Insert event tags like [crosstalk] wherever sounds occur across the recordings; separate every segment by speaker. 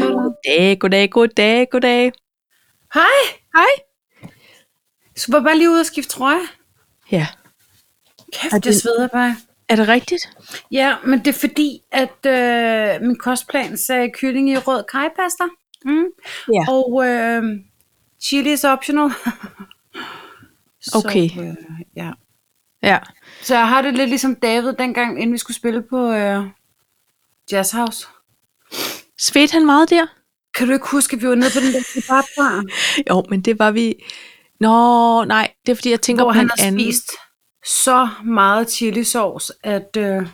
Speaker 1: Goddag, goddag, goddag, goddag.
Speaker 2: Hej,
Speaker 1: Hej.
Speaker 2: jeg skulle bare lige ud og skifte trøje.
Speaker 1: Ja, Er
Speaker 2: Kæft,
Speaker 1: det-
Speaker 2: jeg sveder bare.
Speaker 1: er det rigtigt?
Speaker 2: Ja, men det er fordi, at øh, min kostplan sagde kylling i rød kajpasta. Mm.
Speaker 1: Ja.
Speaker 2: Og øh, chili is optional. [laughs] Så,
Speaker 1: Okay.
Speaker 2: øh, ja.
Speaker 1: Ja.
Speaker 2: Så jeg har det lidt ligesom David dengang, inden vi skulle spille på øh, Jazz House.
Speaker 1: Svedte han meget der?
Speaker 2: Kan du ikke huske, at vi var nede på den der kebabbar,
Speaker 1: Jo, men det var vi... Nå, nej, det er fordi, jeg tænker
Speaker 2: hvor
Speaker 1: på
Speaker 2: han
Speaker 1: en
Speaker 2: har
Speaker 1: anden.
Speaker 2: spist så meget chili sauce, at øh, det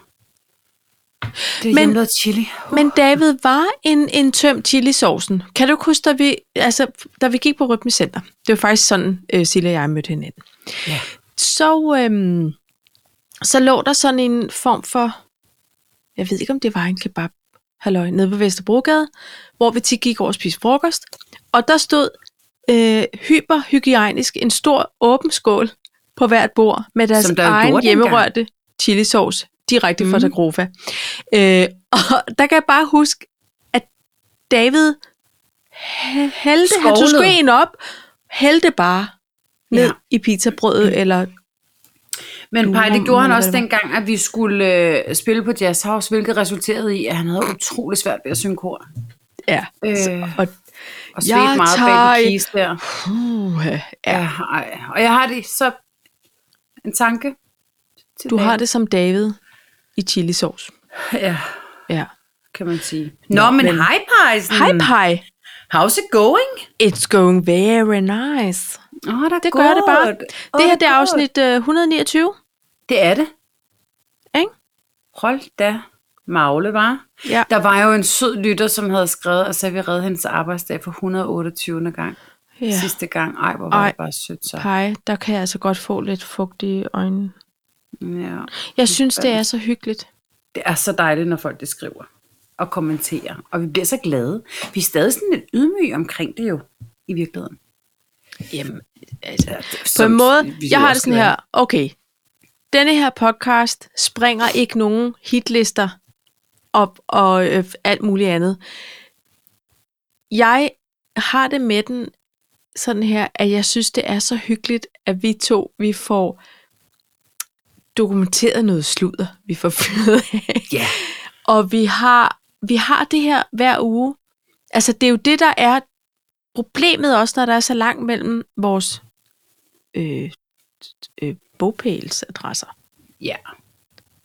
Speaker 1: Men-
Speaker 2: hjemlede chili.
Speaker 1: Men David var en, en tøm chilisaucen. Kan du ikke huske, da vi, altså, da vi gik på Rytmecenter? Det var faktisk sådan, øh, Silla og jeg mødte hinanden.
Speaker 2: Ja.
Speaker 1: Så, øhm, så lå der sådan en form for, jeg ved ikke om det var en kebab, halløj, nede på Vesterbrogade, hvor vi tit gik over og spiste frokost. Og der stod øh, hyperhygiejnisk en stor åben skål på hvert bord med deres
Speaker 2: Som der jo gjorde
Speaker 1: egen
Speaker 2: dengang.
Speaker 1: hjemmerørte chilisauce direkte fra
Speaker 2: Mhm.
Speaker 1: Dagrofa. Øh, og der kan jeg bare huske, at David hæ- hældte, han tog
Speaker 2: Skovlede.
Speaker 1: skeen op, hældte bare ned
Speaker 2: Ja. Mm.
Speaker 1: ja. i pizzabrødet, eller
Speaker 2: Men Paj,
Speaker 1: Lurer,
Speaker 2: det gjorde han
Speaker 1: eller
Speaker 2: også
Speaker 1: hvad det
Speaker 2: dengang, at vi skulle øh, spille på Jazz House, hvilket resulterede i, at han havde utrolig svært ved at synge kor.
Speaker 1: ja.
Speaker 2: Øh,
Speaker 1: Og, jeg
Speaker 2: og svedte meget
Speaker 1: tager
Speaker 2: bag
Speaker 1: et-
Speaker 2: på kis der.
Speaker 1: puh, ja.
Speaker 2: Ja. ej. Og jeg har det så en tanke. til
Speaker 1: Du har
Speaker 2: dagen.
Speaker 1: det som David i chilisauce.
Speaker 2: Ja,
Speaker 1: Ja.
Speaker 2: kan man sige. Nå, Nå men,
Speaker 1: men-
Speaker 2: men hej Pajsen.
Speaker 1: Hej, pie.
Speaker 2: How's it going?
Speaker 1: It's going very nice.
Speaker 2: Åh, oh,
Speaker 1: Det gør det bare. Det her det er afsnit øh, 129.
Speaker 2: Det er det.
Speaker 1: Ikke?
Speaker 2: Hold da. Magle, var.
Speaker 1: Ja.
Speaker 2: Der var jo en sød lytter, som havde skrevet, og så vi redde hendes arbejdsdag for 128. gang.
Speaker 1: ja.
Speaker 2: ja. sidste gang. Ej, hvor var
Speaker 1: Ej.
Speaker 2: det bare sødt så.
Speaker 1: Pie, der kan jeg altså godt få lidt fugtige øjne.
Speaker 2: Ja.
Speaker 1: Jeg synes, det er så hyggeligt.
Speaker 2: Det er så dejligt, når folk det skriver og kommenterer. Og vi bliver så glade. Vi er stadig sådan lidt ydmyge omkring det jo, i virkeligheden.
Speaker 1: Jamen, altså,
Speaker 2: Ja, det-
Speaker 1: på en
Speaker 2: som-
Speaker 1: måde,
Speaker 2: vi er
Speaker 1: jeg har
Speaker 2: også
Speaker 1: det sådan
Speaker 2: glade.
Speaker 1: her, okay, denne her podcast springer ikke nogen hitlister op og øh, alt muligt andet. Jeg har det med den sådan her, at jeg synes, det er så hyggeligt, at vi to, vi får dokumenteret noget sludder, vi får fyret af.
Speaker 2: Ja,
Speaker 1: Og vi har, vi har det her hver uge. Altså, det er jo det, der er problemet også, når der er så langt mellem vores øh, øh, bogpælsadresser.
Speaker 2: ja.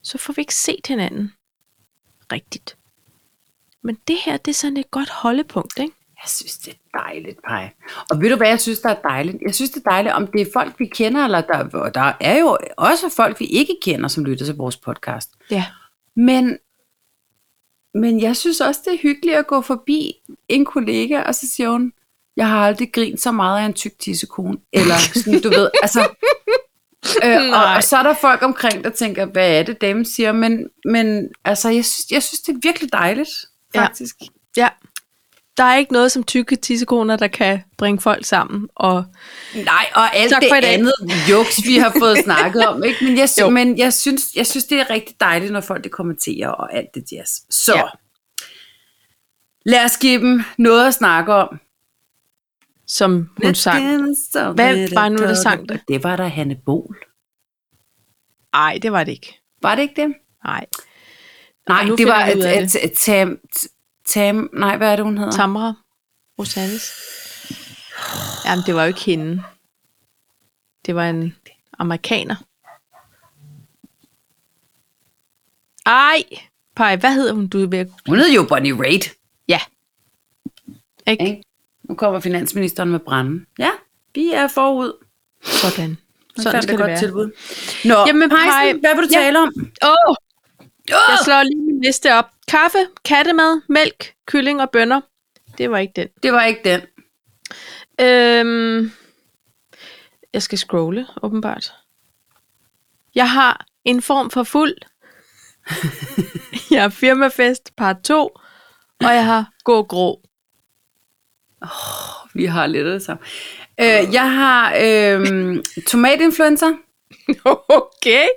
Speaker 1: Så får vi ikke set hinanden rigtigt. Men det her, det er sådan et godt holdepunkt, ikke?
Speaker 2: Jeg synes, det er dejligt, Paj. Og ved du, hvad jeg synes, der er dejligt? Jeg synes, det er dejligt, om det er folk, vi kender, eller der, og der er jo også folk, vi ikke kender, som lytter til vores podcast.
Speaker 1: Ja.
Speaker 2: Men, men jeg synes også, det er hyggeligt at gå forbi en kollega, og så siger hun, jeg har aldrig grint så meget af en tyk tissekone. Eller sådan, du ved,
Speaker 1: [laughs]
Speaker 2: altså... Øh, og,
Speaker 1: Nej.
Speaker 2: og, så er der folk omkring, der tænker, hvad er det, damen siger? Men, men altså, jeg synes, jeg synes, det er virkelig dejligt,
Speaker 1: Ja.
Speaker 2: faktisk. Ja.
Speaker 1: ja. Der er ikke noget som tykke tissekoner, der kan bringe folk sammen. Og
Speaker 2: Nej, og alt
Speaker 1: Tak
Speaker 2: tak
Speaker 1: for i
Speaker 2: det
Speaker 1: dag.
Speaker 2: andet juks, vi har
Speaker 1: [laughs]
Speaker 2: fået snakket om. Ikke? Men, jeg, sy-
Speaker 1: Jo.
Speaker 2: men jeg, synes, jeg synes, det er rigtig dejligt, når folk det kommenterer og alt det jazz. Så
Speaker 1: Ja.
Speaker 2: ja. lad os give dem noget at snakke om.
Speaker 1: som hun sang. Hvem var nu, der sang det?
Speaker 2: Det var der Hanne Bol.
Speaker 1: Nej, det var det ikke.
Speaker 2: Var det ikke det?
Speaker 1: Nej.
Speaker 2: Nej,
Speaker 1: Og nu
Speaker 2: det
Speaker 1: finder
Speaker 2: var
Speaker 1: vi ud af
Speaker 2: at, at, Tam, Tam, nej, hvad er det, hun hedder?
Speaker 1: Tamra Rosalis. Jamen, det var jo ikke hende. Det var en amerikaner. Ej, Paj, hvad hedder hun? Du er ved at...
Speaker 2: Hun hed jo Bonnie Raitt.
Speaker 1: Ja. Ikke?
Speaker 2: Ikke? Nu kommer finansministeren med branden. Ja, vi er forud.
Speaker 1: Sådan.
Speaker 2: Så
Speaker 1: Sådan skal det,
Speaker 2: godt
Speaker 1: være.
Speaker 2: tilbud. Nå,
Speaker 1: Jamen,
Speaker 2: Jamen,
Speaker 1: Paj-
Speaker 2: Pejsen, hvad vil du
Speaker 1: Ja.
Speaker 2: tale om?
Speaker 1: Åh, oh,
Speaker 2: Åh!
Speaker 1: jeg slår lige min liste op. Kaffe, kattemad, mælk, kylling og bønner. Det var ikke den.
Speaker 2: Det var ikke den.
Speaker 1: Øhm, jeg skal scrolle, åbenbart. Jeg har en form for [laughs] fuld. jeg har firmafest part 2, og jeg har gå grå.
Speaker 2: Vi har lidt af det samme. Øh, jeg har øh, tomatinfluencer.
Speaker 1: [laughs] okay.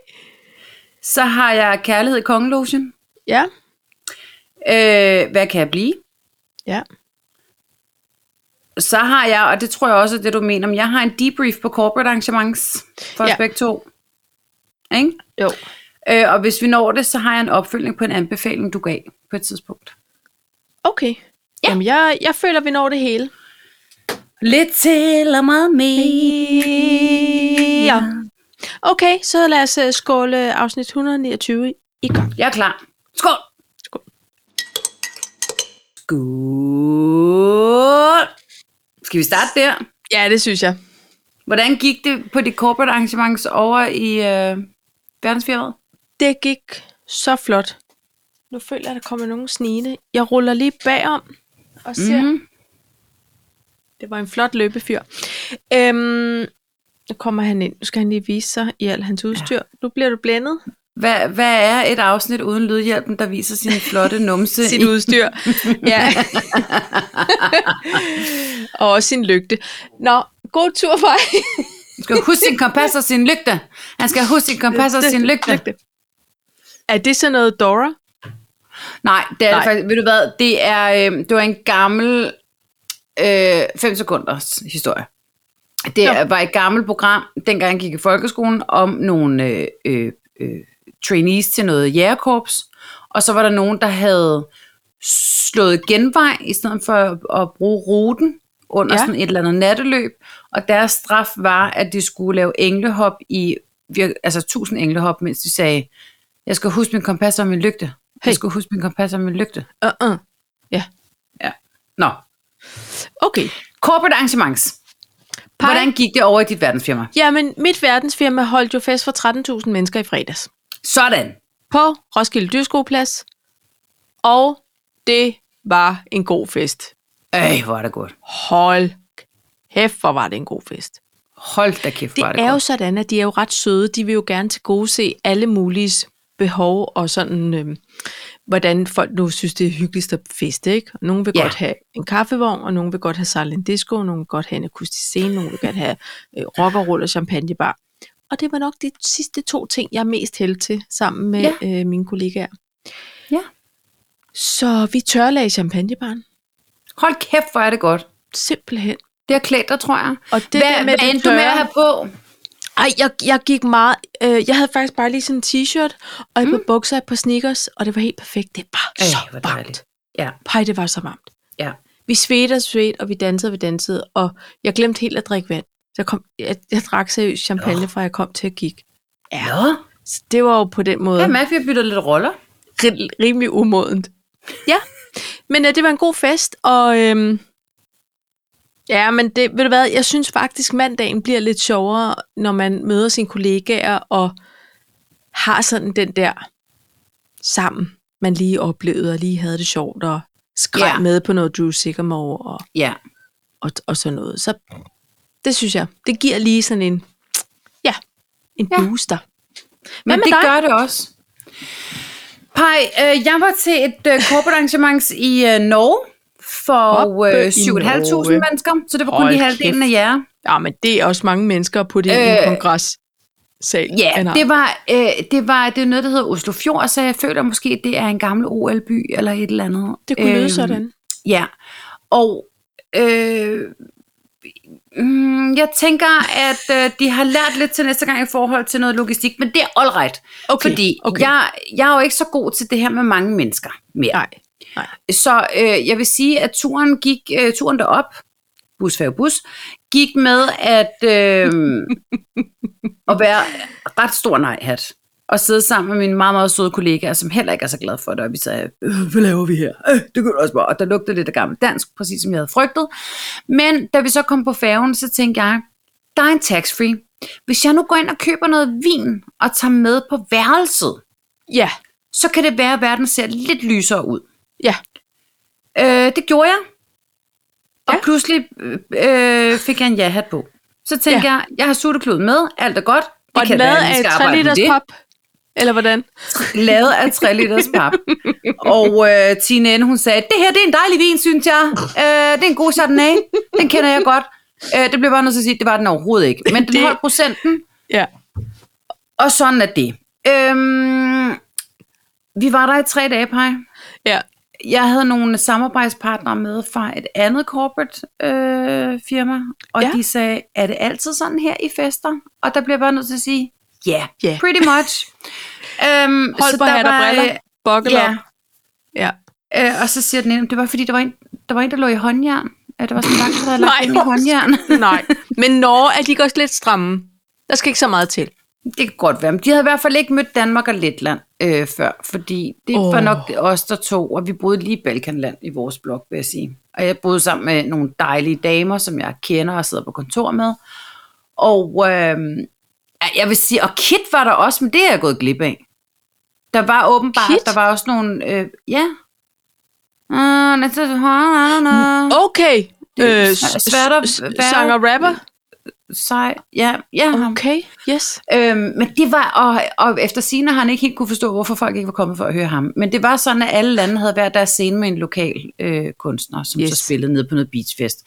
Speaker 2: Så har jeg kærlighed i kongelogen.
Speaker 1: Ja,
Speaker 2: Øh, hvad kan jeg blive?
Speaker 1: ja.
Speaker 2: Så har jeg, og det tror jeg også er det, du mener, men jeg har en debrief på corporate arrangements for ja.
Speaker 1: Ja.
Speaker 2: os begge to. Ikke?
Speaker 1: Jo.
Speaker 2: Øh, og hvis vi når det, så har jeg en opfølgning på en anbefaling, du gav på et tidspunkt.
Speaker 1: Okay. Ja. Jamen, jeg, jeg føler, vi når det hele.
Speaker 2: Lidt til og meget mere.
Speaker 1: Ja. Okay, så lad os øh, skåle afsnit 129 i gang.
Speaker 2: Jeg er klar. Skål!
Speaker 1: Skål.
Speaker 2: Skål! Skal vi starte der?
Speaker 1: Ja, det synes jeg.
Speaker 2: Hvordan gik det på det corporate arrangements over i øh, verdensfirmaet?
Speaker 1: Det gik så flot. Nu føler jeg, at der kommer nogen snigende. Jeg ruller lige bagom og ser. Mm.
Speaker 2: Mm-hmm.
Speaker 1: Det var en flot løbefyr. Øhm, nu kommer han ind. Nu skal han lige vise sig i alt hans udstyr. Ja. Nu bliver du blændet.
Speaker 2: Hvad, hvad er et afsnit uden lydhjælpen, der viser sin flotte
Speaker 1: [laughs]
Speaker 2: numse?
Speaker 1: Sit
Speaker 2: [laughs]
Speaker 1: udstyr. ja. og også sin lygte. Nå, god tur for
Speaker 2: [laughs]
Speaker 1: jer.
Speaker 2: Han skal huske sin kompas og sin lygte. Han skal huske sin kompas og sin lygte.
Speaker 1: Er det så noget Dora?
Speaker 2: Nej, det
Speaker 1: Nej.
Speaker 2: er Nej. det faktisk. Ved du hvad? Det er, øh, det var en gammel 5 øh, sekunders historie. Det
Speaker 1: Nå.
Speaker 2: var et gammelt program, dengang jeg gik i folkeskolen, om nogle øh, øh, øh, trainees til noget jægerkorps. Og så var der nogen, der havde slået genvej, i stedet for at, at bruge ruten under ja.
Speaker 1: Ja.
Speaker 2: sådan et eller andet natteløb. Og deres straf var, at de skulle lave englehop i, vir- altså 1000 englehop, mens de sagde, jeg skal huske min kompas og min lygte. Hey.
Speaker 1: Hey.
Speaker 2: Jeg skal huske min kompas og min lygte.
Speaker 1: Uh-uh.
Speaker 2: uh. Nå.
Speaker 1: Okay.
Speaker 2: Corporate arrangements.
Speaker 1: Pej.
Speaker 2: Hvordan gik det over i dit verdensfirma?
Speaker 1: Jamen, mit verdensfirma holdt jo fest for 13.000 mennesker i fredags.
Speaker 2: Sådan.
Speaker 1: på Roskilde Dyrskoplads, og det var en god fest.
Speaker 2: Øj, hvor er det godt.
Speaker 1: Hold kæft, hvor var det en god fest.
Speaker 2: Hold da kæft,
Speaker 1: Det
Speaker 2: hvor er det
Speaker 1: er jo
Speaker 2: godt.
Speaker 1: sådan, at de er jo ret søde. De vil jo gerne til gode se alle mulige behov og sådan, øh, hvordan folk nu synes, det er hyggeligst at feste. Ikke? Nogle vil
Speaker 2: Ja.
Speaker 1: ja. godt have en kaffevogn, og nogle vil godt have silent disco, og nogle vil godt have en akustisk scene, nogle vil gerne have øh, rock og roll og champagnebar. Og det var nok de sidste to ting, jeg er mest held til sammen med ja. øh, mine kollegaer.
Speaker 2: Ja.
Speaker 1: Så vi tørlagde champagnebaren.
Speaker 2: Hold kæft, hvor er det godt.
Speaker 1: Simpelthen.
Speaker 2: Det har klædt dig, tror jeg.
Speaker 1: Og det
Speaker 2: hvad
Speaker 1: der med
Speaker 2: hvad
Speaker 1: den
Speaker 2: endte du med
Speaker 1: tørre-
Speaker 2: at have på?
Speaker 1: Ej, jeg, jeg gik meget... Øh, jeg havde faktisk bare lige sådan en t-shirt, og et par bukser, et par sneakers, og det var helt perfekt. Det var
Speaker 2: Mm. Ej, hvor
Speaker 1: så
Speaker 2: dejligt.
Speaker 1: varmt.
Speaker 2: Ja.
Speaker 1: Pej, det var så varmt.
Speaker 2: Ja.
Speaker 1: Vi svedte og svedte, og vi dansede og vi dansede, og jeg glemte helt at drikke vand. Så jeg, kom, jeg, jeg drak seriøst champagne, fra jeg kom til at kigge.
Speaker 2: Ja.
Speaker 1: Så det var jo på den måde
Speaker 2: Jeg mærker, vi har byttet lidt roller.
Speaker 1: ri- rimelig umodent. Ja, men øh, det var en god fest, og øhm, ja, men det, ved du hvad, jeg synes faktisk, mandagen bliver lidt sjovere, når man møder sine kollegaer og har sådan den der sammen, man lige oplevede og lige havde det sjovt og skreg
Speaker 2: Ja.
Speaker 1: ja. med på noget Drew Sigamore og,
Speaker 2: Ja.
Speaker 1: og, og sådan noget. Så det synes jeg, det giver lige sådan en, ja, en
Speaker 2: Ja.
Speaker 1: ja. booster. med
Speaker 2: Men det
Speaker 1: dig?
Speaker 2: gør det også. Pej, øh, jeg var til et øh, corporate arrangement i øh, Norge for
Speaker 1: Oppe i
Speaker 2: øh, 7.500
Speaker 1: Norge.
Speaker 2: mennesker, så det var kun
Speaker 1: Hold
Speaker 2: lige halvdelen af
Speaker 1: kæft.
Speaker 2: jer.
Speaker 1: Ja, Ah, men det er også mange mennesker på det øh,
Speaker 2: Øh,
Speaker 1: en kongres. Sal,
Speaker 2: Ja, det var, øh, det var det er noget, der hedder Oslo Fjord, så jeg føler måske, det er en gammel OL-by eller et eller andet.
Speaker 1: det kunne lyde
Speaker 2: Øhm,
Speaker 1: sådan.
Speaker 2: Ja, og øh, mm, jeg tænker, at øh, de har lært lidt til næste gang i forhold til noget logistik, men det er all right,
Speaker 1: Okay,
Speaker 2: fordi
Speaker 1: okay.
Speaker 2: Jeg, jeg er jo ikke så god til det her med mange mennesker mere.
Speaker 1: Nej, nej.
Speaker 2: Så øh, jeg vil sige, at turen gik øh, turen derop, bus, færge, bus, gik med at, øh, at være ret stor nejhat. Og sidde sammen med mine meget, meget søde kollegaer, som heller ikke er så glade for det. Og vi sagde, øh, hvad laver vi her? Øh, det kunne du også bare. Og der lugtede lidt af gammel dansk, præcis som jeg havde frygtet. Men da vi så kom på færgen, så tænkte jeg, der er en tax-free. Hvis jeg nu går ind og køber noget vin og tager med på værelset,
Speaker 1: Ja,
Speaker 2: så kan det være, at verden ser lidt lysere ud.
Speaker 1: ja.
Speaker 2: Øh, det gjorde jeg. Og ja.
Speaker 1: Ja.
Speaker 2: pludselig øh, øh, fik jeg en ja-hat på. Så tænkte ja.
Speaker 1: Ja.
Speaker 2: jeg, jeg har sutteklud med, alt er godt. Det
Speaker 1: Og den lavet af 3 liters pop. Eller hvordan?
Speaker 2: Lavet af 3 liters pap. og øh, Tine N, hun sagde, det her det er en dejlig vin, synes jeg. Øh, det er en god chardonnay. Den kender jeg godt. Øh, det blev bare nødt til at sige, det var den overhovedet ikke. Men den
Speaker 1: Det-
Speaker 2: holdt procenten.
Speaker 1: Ja.
Speaker 2: Og sådan er det. Øhm, vi var der i tre dage, Paj.
Speaker 1: ja.
Speaker 2: jeg havde nogle samarbejdspartnere med fra et andet corporate øh, firma, og
Speaker 1: Ja.
Speaker 2: ja. de sagde, er det altid sådan her i fester? Og der bliver jeg bare nødt til at sige, ja, yeah,
Speaker 1: Ja.
Speaker 2: pretty much. øhm,
Speaker 1: Hold på
Speaker 2: der
Speaker 1: hat og
Speaker 2: var,
Speaker 1: briller.
Speaker 2: øh,
Speaker 1: Buckle
Speaker 2: Ja,
Speaker 1: up. Ja.
Speaker 2: øh, og så siger den ene, det var fordi, der var en, der, var en, der lå i håndjern. Øh, Der var sådan en vagt, der havde
Speaker 1: Nej,
Speaker 2: lagt den i
Speaker 1: hvor-
Speaker 2: håndjern.
Speaker 1: [laughs] Nej. Men Norge er de ikke også lidt stramme. Der skal ikke så meget til.
Speaker 2: Det kan godt være, men de havde i hvert fald ikke mødt Danmark og Letland øh, før, fordi det oh. var
Speaker 1: Åh.
Speaker 2: nok os, der tog, og vi boede lige i Balkanland i vores blok, vil jeg sige. Og jeg boede sammen med nogle dejlige damer, som jeg kender og sidder på kontor med. Og øh, jeg vil sige, og Kit var der også, men det er jeg gået glip af. Der var åbenbart,
Speaker 1: Kit?
Speaker 2: Kit? der var også nogle, øh, ja. Uh, let's just, uh, uh,
Speaker 1: Okay. Øh,
Speaker 2: s- svært at
Speaker 1: s-
Speaker 2: være-
Speaker 1: Sanger rapper.
Speaker 2: Sej, ja, ja. ham.
Speaker 1: Okay, yes.
Speaker 2: Øhm, men det var, og, og efter sine har han ikke helt kunne forstå, hvorfor folk ikke var kommet for at høre ham. Men det var sådan, at alle lande havde hver deres scene med en lokal øh, kunstner, som yes.
Speaker 1: Yes.
Speaker 2: så spillede ned på noget beachfest.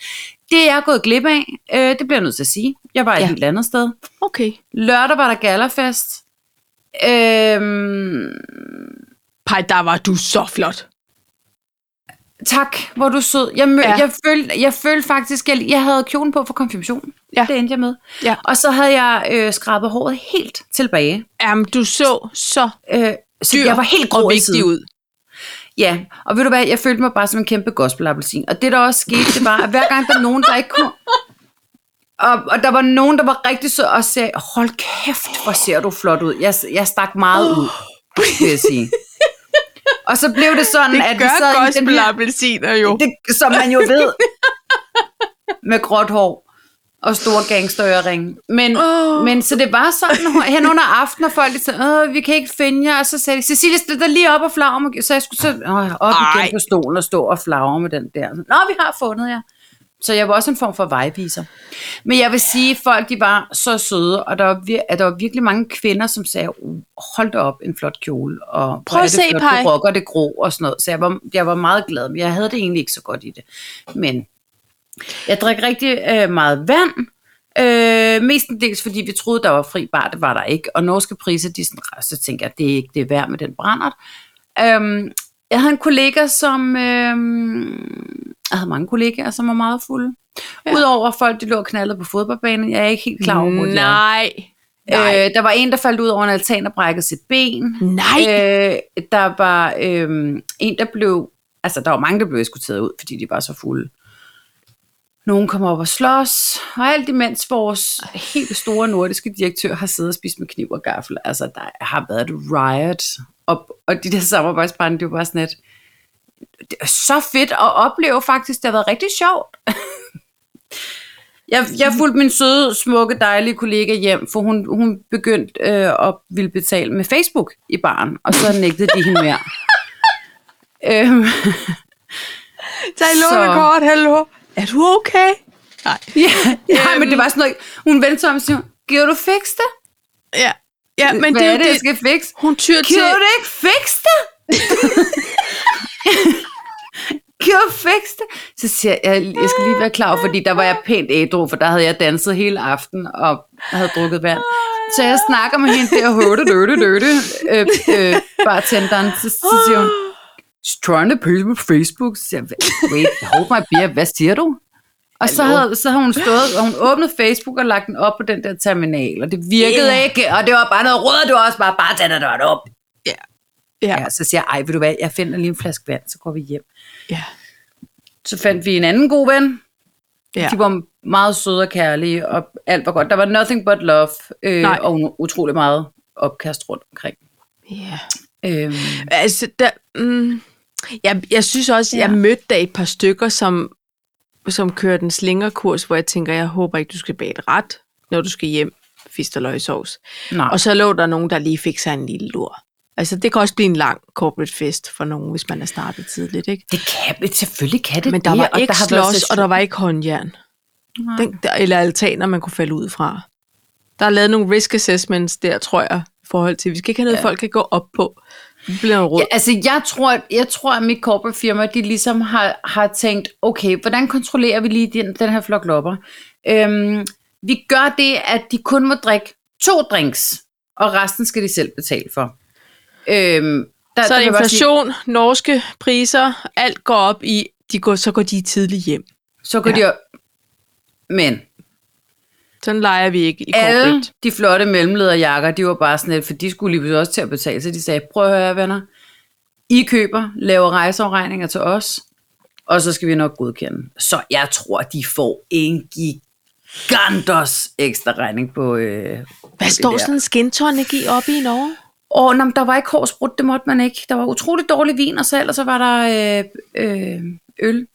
Speaker 2: Det er jeg gået glip af, øh, det bliver jeg nødt til at sige. Jeg var et
Speaker 1: Ja.
Speaker 2: ja. helt andet sted.
Speaker 1: Okay.
Speaker 2: Lørdag var der gallerfest. Øhm,
Speaker 1: Pej, der var du så flot.
Speaker 2: tak, hvor du er sød. Jeg, mød,
Speaker 1: Ja.
Speaker 2: ja. jeg, følte, jeg følte faktisk, jeg, jeg havde kjolen på for konfirmation.
Speaker 1: Ja.
Speaker 2: Det endte jeg med.
Speaker 1: Ja.
Speaker 2: Og så havde jeg øh, skrabet håret helt tilbage.
Speaker 1: Jamen, du så så
Speaker 2: Øh, så
Speaker 1: dyr
Speaker 2: jeg var helt grå
Speaker 1: og
Speaker 2: i
Speaker 1: vigtig
Speaker 2: siden.
Speaker 1: ud.
Speaker 2: Ja, og ved du hvad, jeg følte mig bare som en kæmpe gospelappelsin. Og det der også skete, det var, at hver gang der var nogen, der ikke kunne... Og, og der var nogen, der var rigtig sød og sagde, hold kæft, hvor ser du flot ud. Jeg, jeg stak meget ud, vil jeg sige. Og så blev det sådan,
Speaker 1: Det
Speaker 2: at vi
Speaker 1: gør
Speaker 2: sad i den her,
Speaker 1: gospelappelsiner jo.
Speaker 2: det, som man jo ved, [laughs] med gråt hår og store gangsterøring. Men,
Speaker 1: Åh.
Speaker 2: oh. men så det var sådan hen under aftenen, og folk ligesom, Åh, vi kan ikke finde jer, og så sagde de, Cecilie, stil dig lige op og flagre mig. Så jeg skulle så åh, op
Speaker 1: Ej.
Speaker 2: igen på stolen og stå og flagre med den der. Nå, vi har fundet jer. Så jeg var også en form for vejviser. Men jeg vil sige, at folk de var så søde, og der var, vir- at der var virkelig mange kvinder, som sagde, "Uh, hold da op, en flot kjole, og hvor
Speaker 1: Prøv
Speaker 2: er
Speaker 1: at
Speaker 2: det
Speaker 1: se,
Speaker 2: flot,
Speaker 1: Paj."
Speaker 2: du rocker det grå og sådan noget. Så jeg var, jeg var meget glad, men jeg havde det egentlig ikke så godt i det. Men jeg drak rigtig øh, meget vand, øh, mestendels fordi vi troede, der var fri bar, det var der ikke. Og norske priser, de er sådan, "Ah, så tænker jeg, det er ikke det er værd med den brændert. Øhm, jeg havde en kollega, som... øhm, jeg havde mange kollegaer, som var meget fulde.
Speaker 1: Ja.
Speaker 2: Ja. Udover folk, de lå og knaldede på fodboldbanen. Jeg er ikke helt klar over, hvor de
Speaker 1: Mm,
Speaker 2: er.
Speaker 1: Nej. Nej.
Speaker 2: Øh, der var en, der faldt ud over en altan og brækkede sit ben.
Speaker 1: Nej.
Speaker 2: Øh, der var øh, en, der blev... Altså, der var mange, der blev eskorteret ud, fordi de var så fulde. Nogen kom op og slås, og alt imens vores helt store nordiske direktør har siddet og spist med kniv og gaffel. Altså, der har været et riot, og, og de der samarbejdspartnere, det var bare sådan et, det er så fedt at opleve faktisk, det har været rigtig sjovt. Jeg, jeg fulgte min søde, smukke, dejlige kollega hjem, for hun, hun begyndte øh, at ville betale med Facebook i baren, og så nægtede de
Speaker 1: [laughs]
Speaker 2: hende mere. øhm,
Speaker 1: Tag i lånet
Speaker 2: så-
Speaker 1: kort, hallo. Er du okay? Nej.
Speaker 2: ja, [laughs] ja, men
Speaker 1: øhm.
Speaker 2: det var sådan noget, hun vendte sig om og siger, giver du fix det?
Speaker 1: Ja. Ja, men
Speaker 2: Hvad
Speaker 1: det er
Speaker 2: er
Speaker 1: jo
Speaker 2: det, jeg
Speaker 1: det,
Speaker 2: skal fikse?
Speaker 1: hun tyr til.
Speaker 2: Kan du ikke fikse
Speaker 1: [laughs]
Speaker 2: det? kan du fikse det? Så siger jeg, jeg, jeg skal lige være klar, over, fordi der var jeg pænt ædru, for der havde jeg danset hele aften og havde drukket vand. Så jeg snakker med hende der, hørte, døde, døde, øh, øh, bartenderen, så, så siger hun, Strønne pøl på Facebook. Så siger jeg, wait, hold my beer, hvad siger du? Og så havde, så havde hun stået, og hun åbnet Facebook og lagt den op på den der terminal, og det virkede
Speaker 1: Ja.
Speaker 2: yeah. ikke, og det var bare noget råd, du også bare, bare tænder det op.
Speaker 1: Ja.
Speaker 2: Ja, så siger jeg, ej, ved du hvad, jeg finder lige en flaske vand, så går vi hjem.
Speaker 1: Ja.
Speaker 2: Så fandt vi en anden god ven.
Speaker 1: Ja.
Speaker 2: Mm. Ja. De var meget søde og kærlige, og alt var godt. Der var nothing but love, øh,
Speaker 1: Nej.
Speaker 2: og no- utrolig meget opkast rundt omkring.
Speaker 1: Ja.
Speaker 2: Øhm,
Speaker 1: Altså, der, mm, jeg, jeg synes også, ja. jeg mødte da et par stykker, som, som kørte en slingerkurs, hvor jeg tænker, jeg håber ikke, du skal bage et ret, når du skal hjem, fist og løgsovs.
Speaker 2: nej.
Speaker 1: Og så lå der nogen, der lige fik sig en lille lur. Altså, det kan også blive en lang corporate fest for nogen, hvis man er startet tidligt, ikke?
Speaker 2: det kan, selvfølgelig kan det
Speaker 1: Men der
Speaker 2: det,
Speaker 1: var
Speaker 2: og
Speaker 1: ikke
Speaker 2: har været
Speaker 1: slås,
Speaker 2: så-
Speaker 1: og der var ikke håndjern. Den, der, eller altaner, man kunne falde ud fra. Der er lavet nogle risk assessments der, tror jeg, i forhold til, vi skal ikke have noget, ja. folk kan gå op på. Det bliver en råd.
Speaker 2: Ja, altså, jeg tror, at, jeg tror, at mit corporate firma, de ligesom har, har tænkt, okay, hvordan kontrollerer vi lige den, den her flok lopper? Øhm, vi gør det, at de kun må drikke to drinks, og resten skal de selv betale for. Øhm, Der,
Speaker 1: Så
Speaker 2: der kan jeg godt sige,
Speaker 1: inflation, norske priser, alt går op i, de går, så går de tidligt hjem.
Speaker 2: så går
Speaker 1: Ja.
Speaker 2: de op. Men
Speaker 1: Sådan leger vi ikke i
Speaker 2: alle
Speaker 1: corporate.
Speaker 2: de flotte mellemlederjakker, de var bare sådan lidt, for de skulle lige pludselig også til at betale, så de sagde, prøv at høre jer, venner, I køber, laver rejseafregninger til os, og så skal vi nok godkende. Så jeg tror, de får en gigantos ekstra regning på, øh,
Speaker 1: Hvad
Speaker 2: på
Speaker 1: står
Speaker 2: det der.
Speaker 1: sådan en skintone i oppe i Norge?
Speaker 2: Åh, nej, der var ikke hårdsprut, det måtte man ikke. Der var utrolig dårlig vin og salg, og så var der øh, øh, øl.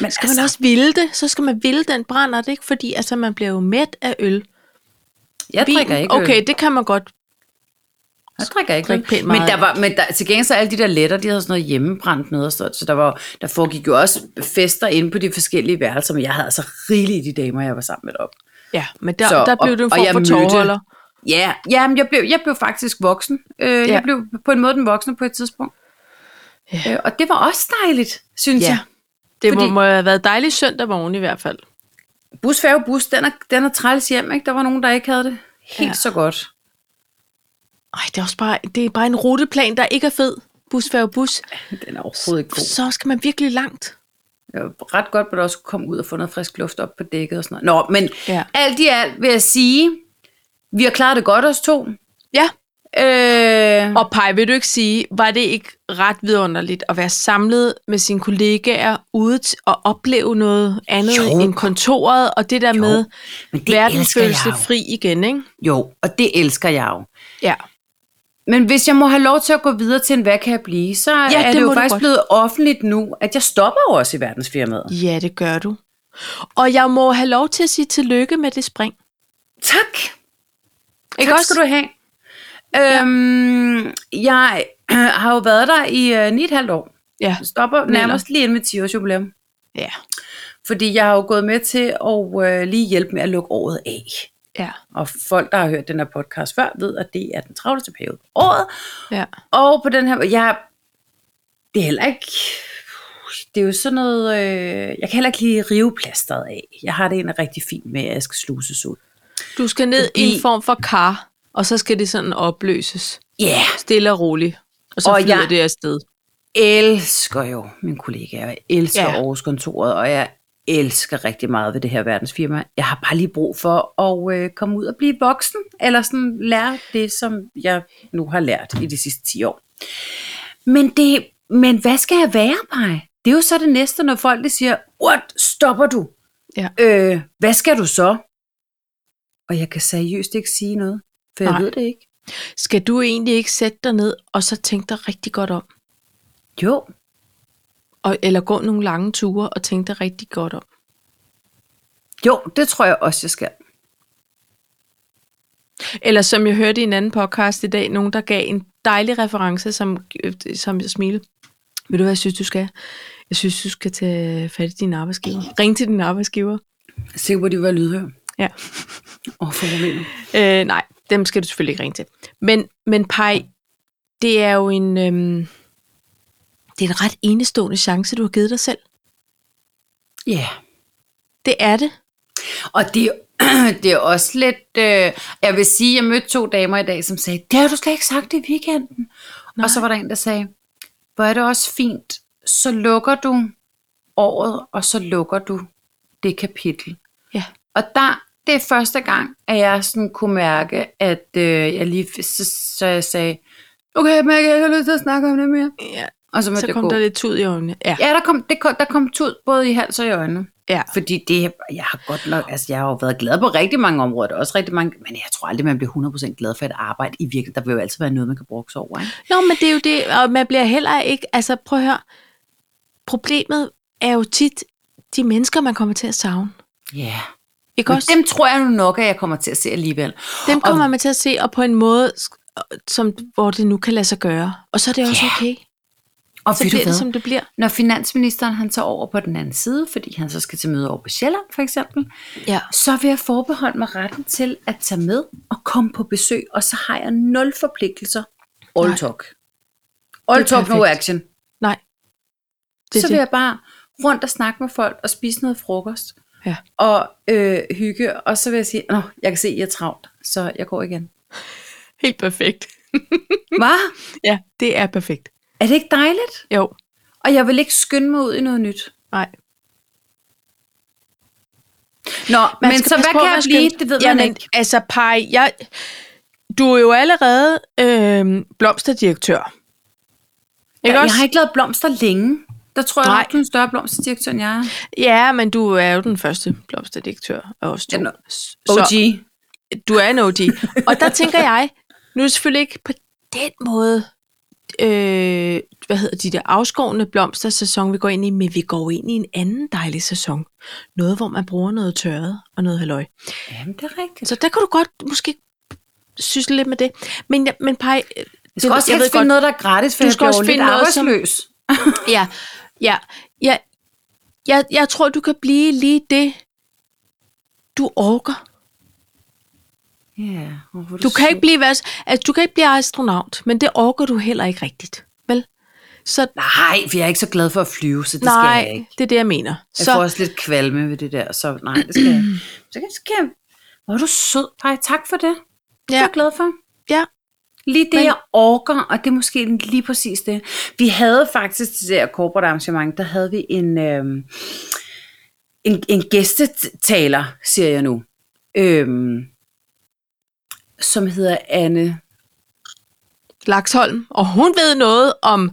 Speaker 2: Men
Speaker 1: Skal man også vilde det? Så skal man vilde den brænder, det ikke? Fordi altså, man bliver jo mæt af øl.
Speaker 2: jeg drikker ikke øl.
Speaker 1: okay, det kan man godt.
Speaker 2: Jeg drikker ikke
Speaker 1: Drikke
Speaker 2: drikke
Speaker 1: pænt
Speaker 2: pænt
Speaker 1: meget
Speaker 2: Men, der
Speaker 1: af
Speaker 2: var, men der, til gengæld så alle de der letter, de havde sådan noget hjemmebrændt med og sådan, så der, var, der foregik jo også fester inde på de forskellige værelser, men jeg havde altså rigeligt i de damer, jeg var sammen med op.
Speaker 1: Ja, men der, der
Speaker 2: Så,
Speaker 1: blev
Speaker 2: og-
Speaker 1: det en
Speaker 2: og
Speaker 1: form
Speaker 2: jeg
Speaker 1: for
Speaker 2: mødte-
Speaker 1: tårholder.
Speaker 2: Ja, ja men jeg blev, jeg blev faktisk voksen. Øh,
Speaker 1: Ja.
Speaker 2: Jeg blev på en måde den voksne på et tidspunkt.
Speaker 1: Ja.
Speaker 2: Øh, og det var også dejligt, synes
Speaker 1: Ja.
Speaker 2: ja. jeg.
Speaker 1: Det må,
Speaker 2: Fordi-
Speaker 1: må have været dejligt søndag morgen i hvert fald.
Speaker 2: Busfærge bus, den er, den er træls hjem, ikke? Der var nogen, der ikke havde det helt
Speaker 1: Ja.
Speaker 2: ja. så godt.
Speaker 1: Ej, det er også bare, det er bare en ruteplan, der ikke er fed. Bus, færge, bus.
Speaker 2: Den er overhovedet ikke god.
Speaker 1: Så skal man virkelig langt.
Speaker 2: Jeg var Øh, ret godt, at der også kunne komme ud og få noget frisk luft op på dækket og sådan noget. Nå, men
Speaker 1: Ja.
Speaker 2: ja. alt i alt vil jeg sige, vi har klaret det godt os to.
Speaker 1: Ja,
Speaker 2: Øh,
Speaker 1: og Paj, vil du ikke sige, var det ikke ret vidunderligt at være samlet med sine kollegaer ude t- og opleve noget andet jo.
Speaker 2: Jo.
Speaker 1: end kontoret, og det der jo. med
Speaker 2: men det
Speaker 1: verden
Speaker 2: elsker jeg
Speaker 1: følelse
Speaker 2: jo.
Speaker 1: fri igen, ikke?
Speaker 2: Jo, og det elsker jeg jo.
Speaker 1: Ja.
Speaker 2: Men hvis jeg må have lov til at gå videre til en, hvad kan jeg blive, så ja, er
Speaker 1: det
Speaker 2: det, det
Speaker 1: må
Speaker 2: jo
Speaker 1: du
Speaker 2: faktisk
Speaker 1: godt.
Speaker 2: blevet offentligt nu, at jeg stopper jo også i verdensfirmaet.
Speaker 1: Ja, det gør du. Og jeg må have lov til at sige tillykke med det spring.
Speaker 2: Tak!
Speaker 1: Ikke
Speaker 2: tak
Speaker 1: også?
Speaker 2: skal du have. Øhm, Jeg [clears throat] har jo været der i øh, 9,5 år.
Speaker 1: Ja.
Speaker 2: Jeg stopper nærmest lige inden med 10 års jubilæum.
Speaker 1: Ja.
Speaker 2: Fordi jeg har jo gået med til at øh, lige hjælpe med at lukke året af.
Speaker 1: Ja.
Speaker 2: Og folk, der har hørt den her podcast før, ved, at det er den travleste periode på året.
Speaker 1: Ja.
Speaker 2: Og på den her... Jeg, det er heller ikke... Det er jo sådan noget... Øh, jeg kan heller ikke lige rive plasteret af. Jeg har det egentlig rigtig fint med, at jeg skal sluses ud.
Speaker 1: Du skal ned Fordi... i en
Speaker 2: Fordi-
Speaker 1: form for kar, og så skal det sådan opløses.
Speaker 2: Ja, yeah.
Speaker 1: Stille og roligt. Og så og
Speaker 2: Og
Speaker 1: flyder jeg...
Speaker 2: jeg-
Speaker 1: det afsted.
Speaker 2: elsker jo min kollega. Jeg elsker
Speaker 1: Ja.
Speaker 2: ja. Aarhuskontoret, og jeg elsker rigtig meget ved det her verdensfirma. Jeg har bare lige brug for at øh, komme ud og blive voksen, eller sådan lære det, som jeg nu har lært i de sidste 10 år. Men, det, men hvad skal jeg være, Paj? Det er jo så det næste, når folk de siger, what, stopper du?
Speaker 1: Ja.
Speaker 2: Øh, hvad skal du så? Og jeg kan seriøst ikke sige noget, for jeg
Speaker 1: Nej.
Speaker 2: Nej. ved det ikke.
Speaker 1: Skal du egentlig ikke sætte dig ned, og så tænke dig rigtig godt om?
Speaker 2: Jo,
Speaker 1: Og, eller gå nogle lange ture og tænke dig rigtig godt om?
Speaker 2: jo, det tror jeg også, jeg skal.
Speaker 1: Eller som jeg hørte i en anden podcast i dag, nogen der gav en dejlig reference, som, øh, som jeg smile. Ved du hvad, jeg synes, du skal? Jeg synes, du skal tage fat i din arbejdsgiver. Ring til din arbejdsgiver.
Speaker 2: Se, hvor de var lydhør.
Speaker 1: Ja.
Speaker 2: Åh, for problemer.
Speaker 1: Øh, nej, dem skal du selvfølgelig ikke ringe til. Men, men Pej, det er jo en, øhm, det er en ret enestående chance, du har givet dig selv.
Speaker 2: Ja. Yeah.
Speaker 1: Det er det.
Speaker 2: Og det, [clears throat] det er også lidt... Øh, jeg vil sige, jeg mødte to damer i dag, som sagde, det har du slet ikke sagt i weekenden. Nej. Og så var der en, der sagde, hvor er det også fint, så lukker du året, og så lukker du det kapitel.
Speaker 1: Ja.
Speaker 2: Og der, det er første gang, at jeg sådan kunne mærke, at øh, jeg lige... Så, så jeg sagde, okay, men jeg har ikke lyst til at snakke om det mere.
Speaker 1: ja
Speaker 2: Og så måtte
Speaker 1: så
Speaker 2: jeg
Speaker 1: kom
Speaker 2: gå.
Speaker 1: der lidt ud i øjnene. Ja,
Speaker 2: Ja, der kom, det kom, der kom tud både i hals og i øjnene.
Speaker 1: ja.
Speaker 2: Fordi det, jeg har godt nok, altså jeg har jo været glad på rigtig mange områder, der er også rigtig mange, men jeg tror aldrig, man bliver 100% glad for et arbejde i virkeligheden. Der vil jo altid være noget, man kan bruge sig over, ikke?
Speaker 1: Nå, men det er jo det, og man bliver heller ikke, altså prøv at høre, problemet er jo tit de mennesker, man kommer til at savne.
Speaker 2: Ja.
Speaker 1: Ikke
Speaker 2: Yeah.
Speaker 1: også? Dem,
Speaker 2: Dem tror jeg nu nok, at jeg kommer til at se alligevel.
Speaker 1: dem kommer man til at se, og på en måde, som, hvor det nu kan lade sig gøre. Og så er det også
Speaker 2: Ja.
Speaker 1: okay.
Speaker 2: Og
Speaker 1: Så
Speaker 2: ved du
Speaker 1: bliver
Speaker 2: hvad?
Speaker 1: det, som det bliver.
Speaker 2: Når finansministeren han tager over på den anden side, fordi han så skal til møde over på Sjælland for eksempel,
Speaker 1: Ja.
Speaker 2: så vil jeg forbeholde mig retten til at tage med og komme på besøg, og så har jeg nul forpligtelser. All
Speaker 1: Nej.
Speaker 2: talk. All
Speaker 1: Det er
Speaker 2: talk, no
Speaker 1: perfekt.
Speaker 2: action.
Speaker 1: Nej. Det er
Speaker 2: så
Speaker 1: det.
Speaker 2: vil jeg bare rundt og snakke med folk og spise noget frokost
Speaker 1: Ja.
Speaker 2: og øh, hygge. Og så vil jeg sige, at jeg kan se, at I er travlt, [laughs] så jeg går igen.
Speaker 1: Helt perfekt.
Speaker 2: Hvad?
Speaker 1: Ja, det er perfekt.
Speaker 2: Er det ikke dejligt?
Speaker 1: Jo,
Speaker 2: Og jeg vil ikke skynde mig ud i noget nyt.
Speaker 1: nej.
Speaker 2: Nå, man men
Speaker 1: skal
Speaker 2: så
Speaker 1: passe
Speaker 2: hvad
Speaker 1: på
Speaker 2: kan
Speaker 1: med
Speaker 2: jeg
Speaker 1: at
Speaker 2: blive?
Speaker 1: skynde-
Speaker 2: Det ved
Speaker 1: Jamen,
Speaker 2: man ikke.
Speaker 1: altså, Paj, jeg, du er jo allerede øh, blomsterdirektør. Ikke
Speaker 2: Jeg,
Speaker 1: også?
Speaker 2: jeg har ikke lavet blomster længe. Der tror jeg
Speaker 1: Nej.
Speaker 2: nok, du er en større blomsterdirektør end jeg er.
Speaker 1: Ja, men du er jo den første blomsterdirektør af os to.
Speaker 2: Ja, nå.
Speaker 1: Så-
Speaker 2: OG.
Speaker 1: du er en OG. Og der tænker jeg, nu er det selvfølgelig ikke på den måde, øh, hvad hedder de der afskårende blomstersæson, vi går ind i, men vi går ind i en anden dejlig sæson. Noget, hvor man bruger noget tørret og noget halløj.
Speaker 2: Jamen, det er rigtigt.
Speaker 1: Så der kan du godt måske sysle lidt med det. Men, jeg- men Paj, øh,
Speaker 2: Jeg skal
Speaker 1: det-
Speaker 2: også
Speaker 1: jeg ved
Speaker 2: helst finde
Speaker 1: godt-
Speaker 2: noget, der er gratis, for
Speaker 1: Du
Speaker 2: du jeg
Speaker 1: skal
Speaker 2: bliver
Speaker 1: også
Speaker 2: jo lidt
Speaker 1: finde noget, som-
Speaker 2: arbejdsløs.
Speaker 1: Ja, ja, ja. Jeg, jeg tror, du kan blive lige det, du orker.
Speaker 2: Ja, oh, hvor er
Speaker 1: Du
Speaker 2: sød.
Speaker 1: kan, ikke blive, vers- altså, du kan ikke blive astronaut, men det orker du heller ikke rigtigt, vel? Så
Speaker 2: Nej, for jeg er ikke så glad for at flyve, så det
Speaker 1: nej,
Speaker 2: skal jeg ikke.
Speaker 1: det er det, jeg mener.
Speaker 2: Jeg
Speaker 1: Så,
Speaker 2: får også lidt kvalme ved det der, så nej, det skal jeg ikke. [clears throat] Så kan- så kan jeg... Hvor er du sød, Paj. Tak for det. Det er
Speaker 1: ja,
Speaker 2: jeg glad for.
Speaker 1: ja,
Speaker 2: Lige det,
Speaker 1: Men-
Speaker 2: Men... jeg orker, og det er måske lige præcis det. Vi havde faktisk til det her corporate arrangement, der havde vi en, øhm, en, en gæstetaler, siger jeg nu, øhm, som hedder Anne...
Speaker 1: Laksholm. Og hun ved noget om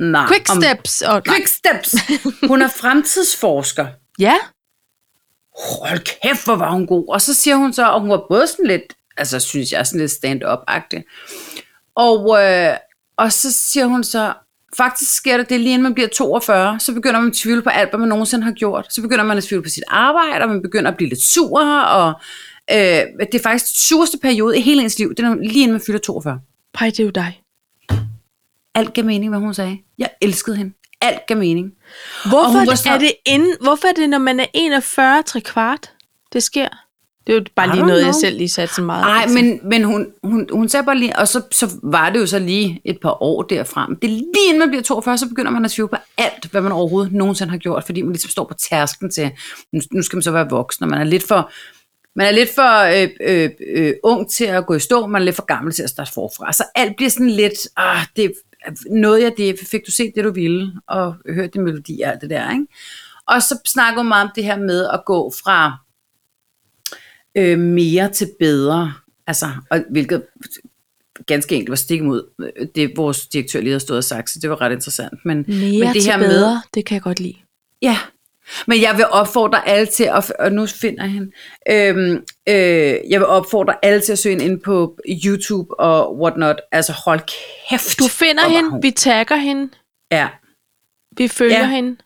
Speaker 2: Nej,
Speaker 1: quick
Speaker 2: om-
Speaker 1: steps. Og, nej,
Speaker 2: Quick Steps. Hun er fremtidsforsker.
Speaker 1: ja,
Speaker 2: Hold kæft, hvor var hun god. Og så siger hun så, og hun var både sådan lidt, altså synes jeg, sådan lidt stand-up-agtig. Og, øh, og så siger hun så, faktisk sker der det lige inden man bliver 42, så begynder man at tvivle på alt, hvad man nogensinde har gjort. Så begynder man at tvivle på sit arbejde, og man begynder at blive lidt sur, og øh, det er faktisk den sureste periode i hele ens liv, det er når- lige inden man fylder 42.
Speaker 1: Paj, det er jo dig.
Speaker 2: Alt gav mening, hvad hun sagde. Jeg elskede hende. Alt gav mening.
Speaker 1: Hvorfor
Speaker 2: hun var så-
Speaker 1: er, det inden, hvorfor er det, når man er 41 tre kvart, det sker? Det er jo bare
Speaker 2: I
Speaker 1: lige
Speaker 2: don't
Speaker 1: noget, jeg
Speaker 2: know.
Speaker 1: selv lige satte så meget.
Speaker 2: Nej,
Speaker 1: altså.
Speaker 2: men, men hun, hun, hun sagde bare lige, og så, så var det jo så lige et par år derfra. Men det er lige inden man bliver 42, så begynder man at tvivle på alt, hvad man overhovedet nogensinde har gjort, fordi man ligesom står på tærsken til, nu, nu skal man så være voksen, og man er lidt for, man er lidt for øh, øh, øh, ung til at gå i stå, man er lidt for gammel til at starte forfra. Så alt bliver sådan lidt, ah, det nåede jeg det, fik du set det, du ville, og hørt din melodi og alt det der, ikke? Og så snakker hun meget om det her med at gå fra øh, mere til bedre. Altså, og, hvilket ganske enkelt var stik imod øh, det, vores direktør lige har stået og sagt, så det var ret interessant. Men,
Speaker 1: Mere
Speaker 2: men det
Speaker 1: til
Speaker 2: her
Speaker 1: bedre,
Speaker 2: med,
Speaker 1: det kan jeg godt lide.
Speaker 2: ja, men jeg vil opfordre alle til, at, og nu finder jeg hende, øhm, øh, jeg vil opfordre alle til at søge hende ind på YouTube og whatnot. Altså hold kæft.
Speaker 1: Du finder
Speaker 2: hvor var
Speaker 1: hende,
Speaker 2: hun-
Speaker 1: vi tagger hende,
Speaker 2: Ja,
Speaker 1: Vi følger ja.
Speaker 2: Ja.
Speaker 1: hende.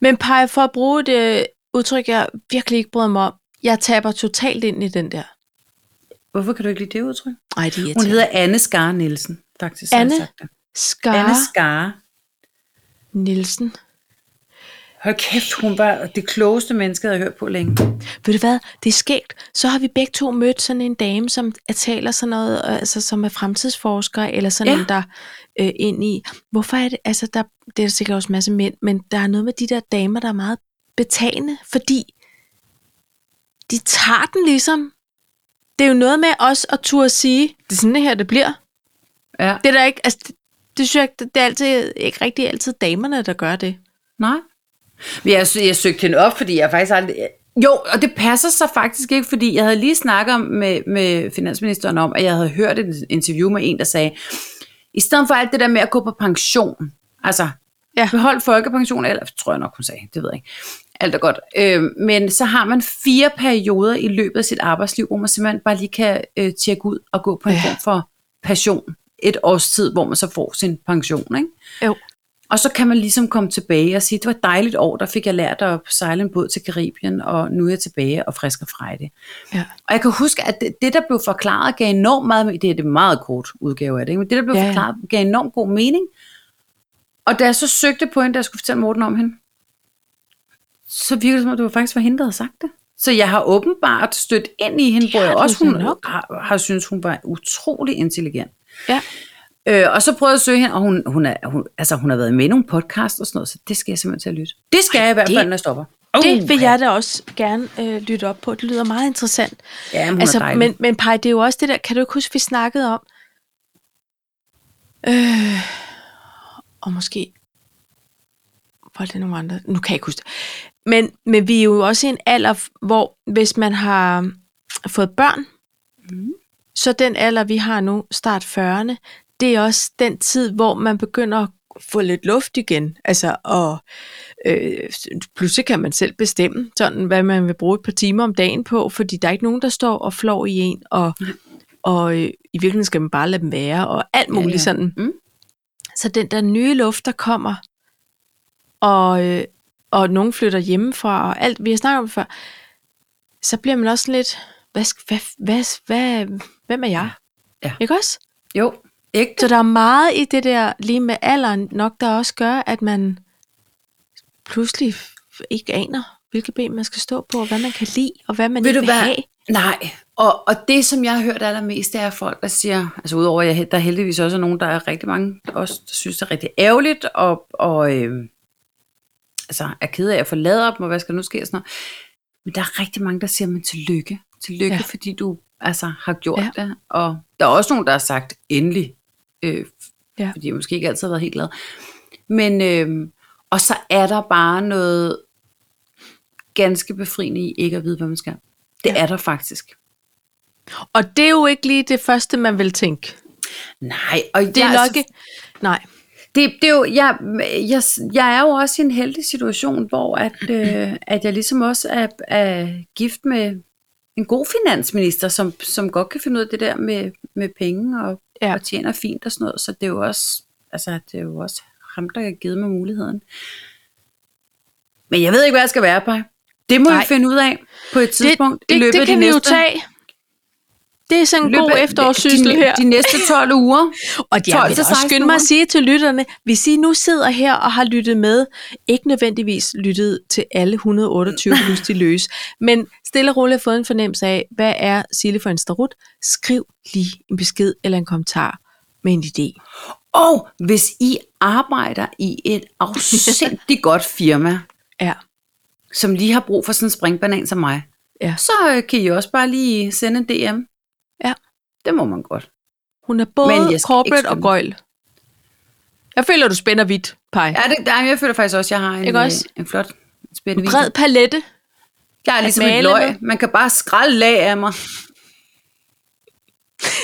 Speaker 1: Men Paj, for at bruge det udtryk, jeg virkelig ikke bryder mig om, jeg taber totalt ind i den der.
Speaker 2: hvorfor kan du ikke lide det udtryk?
Speaker 1: Ej, det er
Speaker 2: Hun
Speaker 1: irriterende.
Speaker 2: hedder Anne Skar Nielsen, faktisk. har jeg
Speaker 1: Anne?
Speaker 2: sagt det.
Speaker 1: Skar
Speaker 2: Anne Skar.
Speaker 1: Nielsen.
Speaker 2: Hold kæft, hun var det klogeste menneske, jeg har hørt på længe.
Speaker 1: Ved du hvad, det er skægt. Så har vi begge to mødt sådan en dame, som er- taler sådan noget, øh, altså som er fremtidsforsker, eller sådan ja.
Speaker 2: Ja.
Speaker 1: en, der øh, ind i. Hvorfor er det, altså der, det er der sikkert også en masse mænd, men der er noget med de der damer, der er meget betagende, fordi de tager den ligesom. Det er jo noget med os at turde sige, det er sådan det her, det bliver.
Speaker 2: Ja.
Speaker 1: Det er der ikke, altså, det, det synes jeg, ikke- det er altid, ikke rigtig altid damerne, der gør det.
Speaker 2: Nej. Men jeg, sø- jeg søgte hende op, fordi jeg faktisk aldrig... Jo, og det passer sig faktisk ikke, fordi jeg havde lige snakket om med, med finansministeren om, at jeg havde hørt et interview med en, der sagde, i stedet for alt det der med at gå på pension, altså
Speaker 1: Ja.
Speaker 2: ja. behold folkepension, eller tror jeg nok, hun sagde, det ved jeg ikke, alt er godt. Øh, men så har man fire perioder i løbet af sit arbejdsliv, hvor man simpelthen bare lige kan øh, tjekke ud og gå på en
Speaker 1: Ja.
Speaker 2: ja. form for pension. Et års tid, hvor man så får sin pension, ikke?
Speaker 1: Jo.
Speaker 2: Og så kan man ligesom komme tilbage og sige, det var et dejligt år, der fik jeg lært at sejle en båd til Karibien, og nu er jeg tilbage og frisk og frejdig.
Speaker 1: Ja.
Speaker 2: Og jeg kan huske, at det, det der blev forklaret, gav enormt meget, det er det meget kort udgave af det, ikke? men det, der blev
Speaker 1: Ja, ja.
Speaker 2: ja. forklaret, gav enormt god mening. Og da jeg så søgte på hende, da jeg skulle fortælle Morten om hende, så virkede det som om, du faktisk var hende, der havde sagt det. Så jeg har åbenbart stødt ind i hende,
Speaker 1: Det
Speaker 2: hvor
Speaker 1: har
Speaker 2: jeg
Speaker 1: du
Speaker 2: også hun
Speaker 1: da nok.
Speaker 2: har, har syntes, hun var utrolig intelligent.
Speaker 1: Ja.
Speaker 2: Øh, og så prøvede jeg at søge hende, og hun, hun, er, hun, altså, hun har været med i nogle podcasts og sådan noget, så det skal jeg simpelthen til at lytte. Det skal Ej, jeg i hvert
Speaker 1: det-
Speaker 2: fald, når jeg stopper.
Speaker 1: Det vil
Speaker 2: Uha.
Speaker 1: jeg da også gerne øh, lytte op på. Det lyder meget interessant.
Speaker 2: Ja, men hun er dejlig.
Speaker 1: altså, men, men Paj, det er jo også det der, kan du ikke huske, vi snakkede om? Øh, og måske var det nogle andre, nu kan jeg ikke huske det. Men, men vi er jo også i en alder, hvor hvis man har fået børn,
Speaker 2: Mm.
Speaker 1: så den alder, vi har nu, start 40'erne, det er også den tid, hvor man begynder at få lidt luft igen. Altså, og øh, pludselig kan man selv bestemme, sådan, hvad man vil bruge et par timer om dagen på, fordi der er ikke nogen, der står og flår i en, og, og øh, i virkeligheden skal man bare lade dem være, og alt muligt ja,
Speaker 2: ja.
Speaker 1: ja. sådan.
Speaker 2: Mm.
Speaker 1: Så den der nye luft, der kommer, og, øh, og nogen flytter hjemmefra, og alt, vi har snakket om det før, så bliver man også lidt, hvad, sk- hvad, hvad, hvad, hvem er jeg?
Speaker 2: Ja.
Speaker 1: Ikke også?
Speaker 2: Jo, ægte.
Speaker 1: Så der er meget i det der, lige med alderen nok, der også gør, at man pludselig f- ikke aner, hvilke ben man skal stå på, og hvad man kan lide, og hvad man
Speaker 2: Ved
Speaker 1: ikke
Speaker 2: du
Speaker 1: vil
Speaker 2: hvad?
Speaker 1: have.
Speaker 2: Nej, og, og det som jeg har hørt allermest, det er folk, der siger, altså udover at jeg, der heldigvis også er nogen, der er rigtig mange, der også der synes, det er rigtig ærgerligt, og, og øh, altså er ked af at forlade dem, og hvad skal der nu ske og sådan noget. Men der er rigtig mange, der siger, men tillykke, tillykke,
Speaker 1: Ja.
Speaker 2: ja. fordi du altså har gjort
Speaker 1: Ja.
Speaker 2: ja. det. Og der er også nogen, der har sagt, endelig, øh,
Speaker 1: Ja.
Speaker 2: ja. fordi jeg måske ikke altid har været helt glad. Men, øh, og så er der bare noget ganske befriende i ikke at vide, hvad man skal. Det ja. er der faktisk.
Speaker 1: Og det er jo ikke lige det første, man vil tænke.
Speaker 2: Nej, og
Speaker 1: Det er
Speaker 2: jeg,
Speaker 1: nok ikke... Nej,
Speaker 2: det, det er jo, jeg, jeg, jeg er jo også i en heldig situation, hvor at,
Speaker 1: [clears throat]
Speaker 2: øh, at jeg ligesom også er, er gift med en god finansminister, som, som godt kan finde ud af det der med, med penge og,
Speaker 1: Ja.
Speaker 2: ja. og tjener fint og sådan noget. Så det er jo også, altså, det er jo også ham, der har givet mig muligheden. Men jeg ved ikke, hvad jeg skal være på. Det må
Speaker 1: Nej.
Speaker 2: Nej. vi finde ud af på et tidspunkt
Speaker 1: det,
Speaker 2: i
Speaker 1: det,
Speaker 2: løbet
Speaker 1: det
Speaker 2: af
Speaker 1: kan
Speaker 2: de
Speaker 1: vi
Speaker 2: næste,
Speaker 1: jo tage. Det er sådan en
Speaker 2: løbet
Speaker 1: god
Speaker 2: af-
Speaker 1: efterårssyssel
Speaker 2: de,
Speaker 1: her.
Speaker 2: De næste 12
Speaker 1: [laughs]
Speaker 2: uger.
Speaker 1: Og jeg
Speaker 2: 12
Speaker 1: vil
Speaker 2: til
Speaker 1: også
Speaker 2: 16
Speaker 1: skynde mig at
Speaker 2: uger.
Speaker 1: sige til lytterne, hvis I nu sidder her og har lyttet med, ikke nødvendigvis lyttet til alle
Speaker 2: [laughs]
Speaker 1: 128 plus de løse, men stille og roligt har fået en fornemmelse af, hvad er Sille for en starut? Skriv lige en besked eller en kommentar med en idé.
Speaker 2: Og hvis I arbejder i et
Speaker 1: [laughs]
Speaker 2: afsindig godt firma,
Speaker 1: Ja,
Speaker 2: som lige har brug for sådan en springbanan som mig,
Speaker 1: Ja.
Speaker 2: så øh, kan I også bare lige sende en DM.
Speaker 1: Ja.
Speaker 2: Det må man godt.
Speaker 1: hun er både
Speaker 2: Men jeg skal
Speaker 1: men
Speaker 2: ikke
Speaker 1: corporate
Speaker 2: skynde
Speaker 1: og
Speaker 2: mig.
Speaker 1: gøjl. Jeg føler, du spænder vidt, Pej. Ja,
Speaker 2: Ja, det, der, jeg føler faktisk også, at jeg har en,
Speaker 1: Ikke også?
Speaker 2: øh, en flot spændende
Speaker 1: Bred palette.
Speaker 2: [laughs] Jeg er ligesom et
Speaker 1: male
Speaker 2: løg.
Speaker 1: med.
Speaker 2: Man kan bare skralde lag af mig.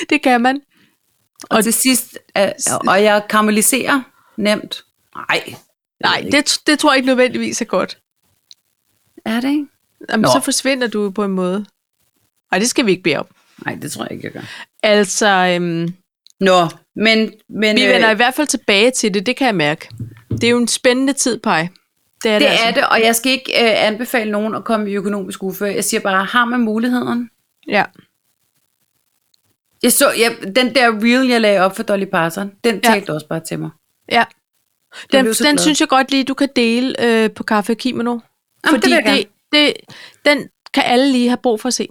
Speaker 1: Det kan man.
Speaker 2: Og,
Speaker 1: Og-
Speaker 2: og til sidst, øh, og jeg karamelliserer nemt. Nej.
Speaker 1: Nej, det, det tror jeg ikke nødvendigvis er godt.
Speaker 2: Er det ikke?
Speaker 1: Jamen,
Speaker 2: Nå.
Speaker 1: så forsvinder du jo på en måde. Nej, det skal vi ikke bede om.
Speaker 2: Nej, det tror jeg ikke, jeg gør.
Speaker 1: Altså, øhm,
Speaker 2: Nå, men... men øh,
Speaker 1: vi vender i hvert fald tilbage til det, det kan jeg mærke. Det er jo en spændende tid, Paj. Det er det,
Speaker 2: Det
Speaker 1: altså.
Speaker 2: er det, og jeg skal ikke øh, anbefale nogen at komme i økonomisk uføre. Jeg siger bare, har man muligheden?
Speaker 1: Ja.
Speaker 2: Jeg så, jeg, den der reel, jeg lagde op for Dolly Parton, den
Speaker 1: Ja.
Speaker 2: ja. talte også bare til mig.
Speaker 1: ja. Den,
Speaker 2: blev så
Speaker 1: den
Speaker 2: glad.
Speaker 1: synes jeg godt lige, du kan dele øh, på Kaffe og Kimono.
Speaker 2: Jamen, det vil jeg gerne.
Speaker 1: det, det, den kan alle lige have brug for at se.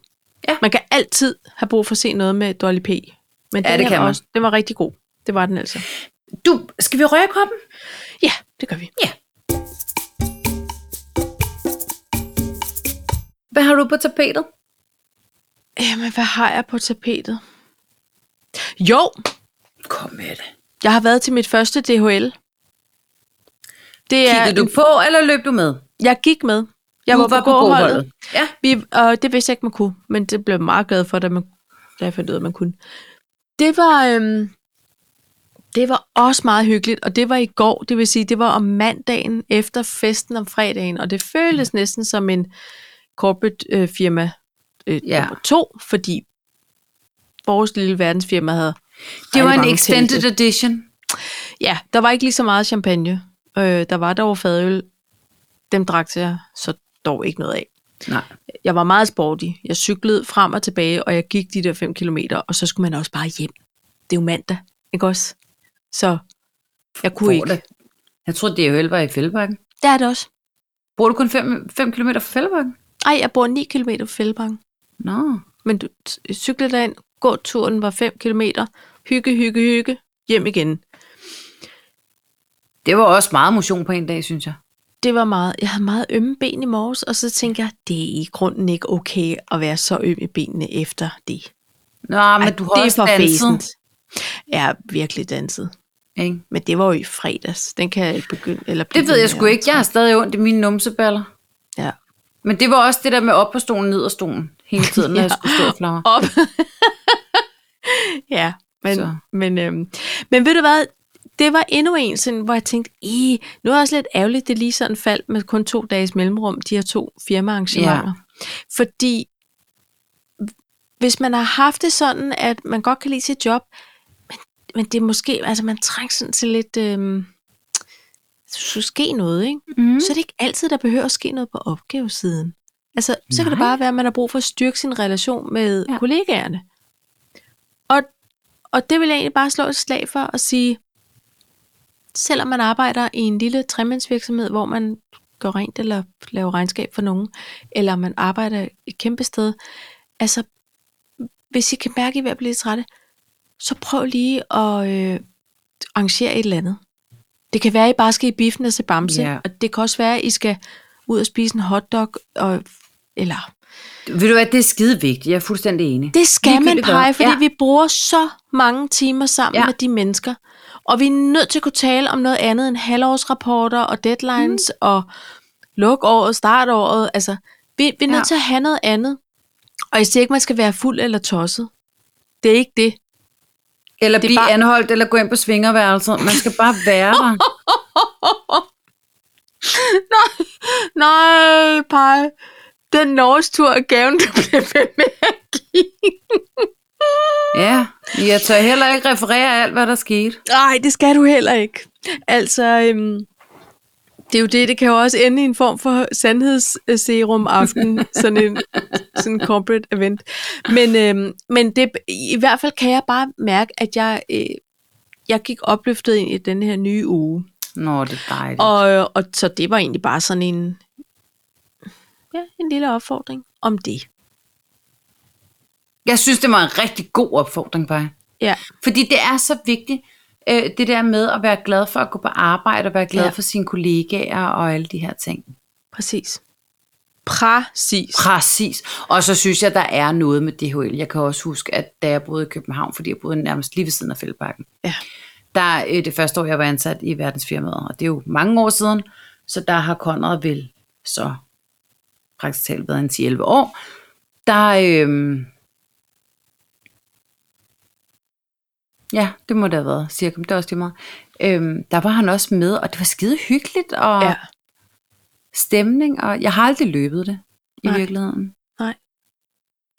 Speaker 2: Ja.
Speaker 1: Man kan altid have brug for at se noget med Dolly P. Men
Speaker 2: Ja,
Speaker 1: den
Speaker 2: det
Speaker 1: her
Speaker 2: kan
Speaker 1: var
Speaker 2: man.
Speaker 1: Også, den var rigtig god. Det var den altså.
Speaker 2: Du, skal vi røre koppen?
Speaker 1: Ja, det gør vi.
Speaker 2: Hvad har du på tapetet?
Speaker 1: Jamen, hvad har jeg på tapetet? Jo,
Speaker 2: Kom med det.
Speaker 1: jeg har været til mit første DHL. Det er,
Speaker 2: Kiggede du på, eller løb du med?
Speaker 1: jeg gik med. Jeg
Speaker 2: du
Speaker 1: var, var på gåholdet.
Speaker 2: Ja.
Speaker 1: Vi, og det vidste jeg ikke, man kunne, men det blev jeg meget glad for, da, man, da jeg fandt ud af, at man kunne. Det var, øhm, det var også meget hyggeligt, og det var i går, det vil sige, det var om mandagen efter festen om fredagen, og det
Speaker 2: Mm.
Speaker 1: føltes næsten som en corporate øh, firma øh,
Speaker 2: Ja.
Speaker 1: ja. nummer to, fordi vores lille verdensfirma havde
Speaker 2: Det
Speaker 1: rigtig
Speaker 2: var en
Speaker 1: mange
Speaker 2: extended
Speaker 1: telte.
Speaker 2: edition.
Speaker 1: Ja, der var ikke lige så meget champagne. Øh, der var dog fadøl. Dem drak jeg så dog ikke noget af
Speaker 2: Nej.
Speaker 1: jeg var meget sporty. Jeg cyklede frem og tilbage, og jeg gik de der 5 kilometer, og så skulle man også bare hjem. Det er jo mandag, ikke også? Så jeg kunne
Speaker 2: Hvor
Speaker 1: ikke.
Speaker 2: det? Jeg tror, det var i Fældebakken.
Speaker 1: Der er det også.
Speaker 2: Bor du kun 5 km fra Fældebakken?
Speaker 1: Ej, jeg bor 9 km fra Fældebank.
Speaker 2: Nå.
Speaker 1: Men du t- cyklede derind, gåturen var 5 km. Hygge, hygge, hygge. Hjem igen.
Speaker 2: Det var også meget motion på en dag, synes jeg.
Speaker 1: Det var meget. Jeg havde meget ømme ben i morges, og så tænkte jeg, det er i grunden ikke okay at være så øm i benene efter det.
Speaker 2: Nå, men
Speaker 1: Ej,
Speaker 2: du har
Speaker 1: det er
Speaker 2: også
Speaker 1: for
Speaker 2: danset.
Speaker 1: fæsent. Jeg har virkelig danset.
Speaker 2: Ikke?
Speaker 1: Men det var jo i fredags. Den kan jeg ikke begynde. Eller
Speaker 2: Det ved
Speaker 1: begynde
Speaker 2: jeg sgu
Speaker 1: at-
Speaker 2: ikke. Jeg har stadig ondt i mine numseballer.
Speaker 1: Ja.
Speaker 2: Men det var også det der med op på stolen, ned og stolen. Hele tiden,
Speaker 1: [laughs]
Speaker 2: når
Speaker 1: Ja.
Speaker 2: jeg skulle stå og flagre.
Speaker 1: Op. ja, men,
Speaker 2: Så.
Speaker 1: men, øhm, men ved du hvad? Det var endnu en, sådan, hvor jeg tænkte, "Ih, nu er det også lidt ærgerligt, det lige sådan faldt med kun to dages mellemrum, de her to firmaarrangementer. Ja. Fordi hvis man har haft det sådan, at man godt kan lide sit job, men, men det er måske, altså man trænger sådan til lidt, øhm, så ske noget, ikke?
Speaker 2: Mm.
Speaker 1: mm. så er det ikke altid, der behøver at ske noget på opgavesiden. Altså, så kan det
Speaker 2: Nej.
Speaker 1: bare være, at man har brug for at styrke sin relation med ja.
Speaker 2: Ja.
Speaker 1: kollegaerne. Og, og det vil jeg egentlig bare slå et slag for at sige, selvom man arbejder i en lille tremandsvirksomhed, hvor man gør rent eller laver regnskab for nogen, eller man arbejder et kæmpe sted, altså, hvis I kan mærke, at I er ved at blive lidt trætte, så prøv lige at øh, arrangere et eller andet. Det kan være, at I bare skal i biffen og se Bamse,
Speaker 2: Ja.
Speaker 1: og det kan også være, at I skal ud og spise en hotdog, og, eller...
Speaker 2: Ved du hvad, det er skide vigtigt. Jeg er fuldstændig enig.
Speaker 1: Det skal man
Speaker 2: Ligegyldigt hvad.
Speaker 1: pege, fordi ja.
Speaker 2: Ja.
Speaker 1: vi bruger så mange timer sammen ja.
Speaker 2: Ja.
Speaker 1: med de mennesker, og vi er nødt til at kunne tale om noget andet end halvårsrapporter og deadlines mm. og lukåret, startåret. Altså, vi, vi er nødt ja.
Speaker 2: Ja.
Speaker 1: til at have noget andet. Og jeg siger ikke, man skal være fuld eller tosset. Det er ikke det.
Speaker 2: Eller
Speaker 1: er
Speaker 2: blive
Speaker 1: bare-
Speaker 2: bare... anholdt, eller gå ind på svingerværelset. Man skal bare være
Speaker 1: [laughs]
Speaker 2: der.
Speaker 1: Nej, pej. Den norsk tur er gaven, du bliver ved med at give.
Speaker 2: Ja, jeg tør heller ikke referere alt, hvad der skete.
Speaker 1: Nej, det skal du heller ikke. Altså, øhm, det er jo det, det kan jo også ende i en form for sandhedsserum [laughs] aften, sådan en sådan en corporate event. Men, øhm, men det, i hvert fald kan jeg bare mærke, at jeg, øh, jeg gik opløftet ind i den her nye uge.
Speaker 2: Nå, det er dejligt. Og...
Speaker 1: Og, og så det var egentlig bare sådan en, ja, en lille opfordring om det.
Speaker 2: Jeg synes, det var en rigtig god opfordring, bare.
Speaker 1: Ja,
Speaker 2: Fordi det er så vigtigt, øh, det der med at være glad for at gå på arbejde, og være glad
Speaker 1: Ja.
Speaker 2: ja. for sine kollegaer og alle de her ting.
Speaker 1: præcis. Præcis.
Speaker 2: Præcis. Og så synes jeg, der er noget med DHL. Jeg kan også huske, at da jeg boede i København, fordi jeg boede nærmest lige ved siden af Fældeparken,
Speaker 1: Ja.
Speaker 2: der øh, det første år, jeg var ansat i verdensfirmaet, og det er jo mange år siden, så der har Conrad vel så praktisk talt været en 10-11 år, der øh, ja, det må det have været, cirka, men det er også lige meget. Øhm, der var han også med, og det var skide hyggeligt, og
Speaker 1: Ja.
Speaker 2: stemning, og jeg har aldrig løbet det i
Speaker 1: Nej.
Speaker 2: virkeligheden.
Speaker 1: Nej.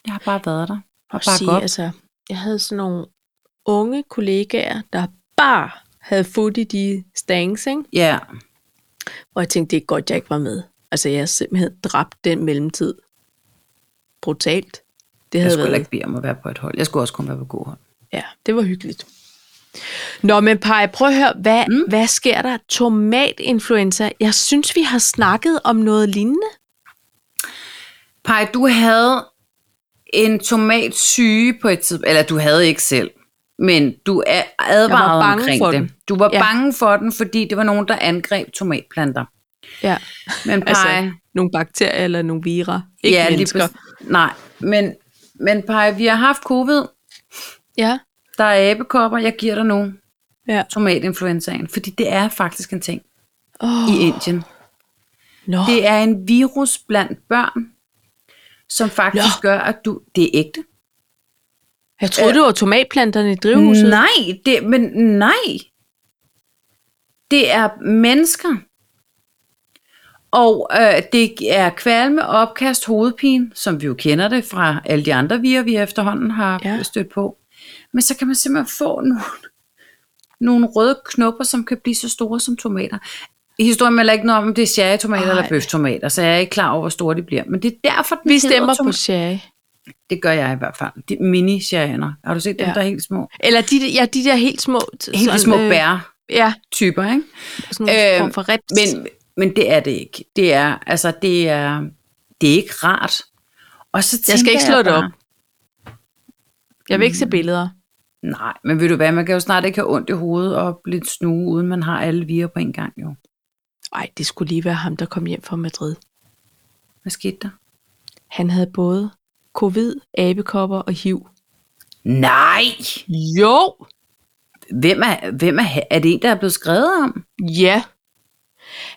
Speaker 2: Jeg har bare været der. Og
Speaker 1: at sige,
Speaker 2: bare sige, op.
Speaker 1: altså, jeg havde sådan nogle unge kollegaer, der bare havde fået i de stangs, ikke?
Speaker 2: Ja,
Speaker 1: Og jeg tænkte, det er godt, jeg ikke var med. Altså, jeg har simpelthen dræbt den mellemtid. Brutalt. Det
Speaker 2: jeg
Speaker 1: havde
Speaker 2: skulle heller
Speaker 1: været,
Speaker 2: ikke bede om at være på et hold. Jeg skulle også kun være på god hold.
Speaker 1: ja, det var hyggeligt. Nå, men Paj, prøv at høre, hvad, mm. hvad sker der? Tomatinfluenza. Jeg synes, vi har snakket om noget lignende.
Speaker 2: Pej, du havde en tomatsyge på et tidspunkt, eller du havde ikke selv, men du er advaret
Speaker 1: bange
Speaker 2: omkring
Speaker 1: for
Speaker 2: det.
Speaker 1: den.
Speaker 2: Du var
Speaker 1: Ja.
Speaker 2: ja. bange for den, fordi det var nogen, der angreb tomatplanter.
Speaker 1: Ja,
Speaker 2: Men
Speaker 1: altså
Speaker 2: Pej,
Speaker 1: nogle bakterier eller nogle vira. Ikke ja,
Speaker 2: lige
Speaker 1: mennesker.
Speaker 2: præcis- nej, men, men Pej, vi har haft covid,
Speaker 1: Ja,
Speaker 2: der er æbekopper, jeg giver dig nu
Speaker 1: ja.
Speaker 2: tomatinfluenzaen, fordi det er faktisk en ting
Speaker 1: Oh,
Speaker 2: i Indien.
Speaker 1: Nå,
Speaker 2: Det er en virus blandt børn, som faktisk
Speaker 1: Nå.
Speaker 2: gør, at du... Det er ægte.
Speaker 1: jeg troede, det var tomatplanterne i drivhuset.
Speaker 2: Øh, Nej, det, men nej. Det er mennesker. Og øh, det er kvalme, opkast, hovedpine, som vi jo kender det fra alle de andre virer, vi efterhånden har
Speaker 1: Ja.
Speaker 2: ja. stødt på. Men så kan man simpelthen få nogle, nogle røde knopper, som kan blive så store som tomater. I historien er ikke noget om, om det er cherrytomater
Speaker 1: Ej.
Speaker 2: eller bøftomater, så jeg er ikke klar over, hvor store de bliver. Men det er derfor, den
Speaker 1: Vi
Speaker 2: hedder
Speaker 1: stemmer på
Speaker 2: tomat-
Speaker 1: Sherry.
Speaker 2: Det gør jeg i hvert fald. De mini -sharianer. Har du set dem,
Speaker 1: Ja.
Speaker 2: ja. der er helt små?
Speaker 1: Eller de, ja, de der helt små... t-
Speaker 2: Helt de små
Speaker 1: øh,
Speaker 2: bær
Speaker 1: Ja,
Speaker 2: typer, ikke?
Speaker 1: sådan nogle øh,
Speaker 2: Øh,
Speaker 1: form for rips.
Speaker 2: Men, men det er det ikke. Det er, altså, det er, det er ikke rart. Og så
Speaker 1: jeg skal
Speaker 2: tænker
Speaker 1: ikke slå det
Speaker 2: bare,
Speaker 1: op. Jeg vil ikke se billeder.
Speaker 2: Nej, men ved du hvad, man kan jo snart ikke have ondt i hovedet og blive snue, uden man har alle virer på en gang jo.
Speaker 1: Nej, det skulle lige være ham, der kom hjem fra Madrid.
Speaker 2: Hvad skete der?
Speaker 1: Han havde både covid, abekopper og hiv.
Speaker 2: Nej!
Speaker 1: Jo!
Speaker 2: Hvem er, hvem er, er det en, der er blevet skrevet om?
Speaker 1: Ja.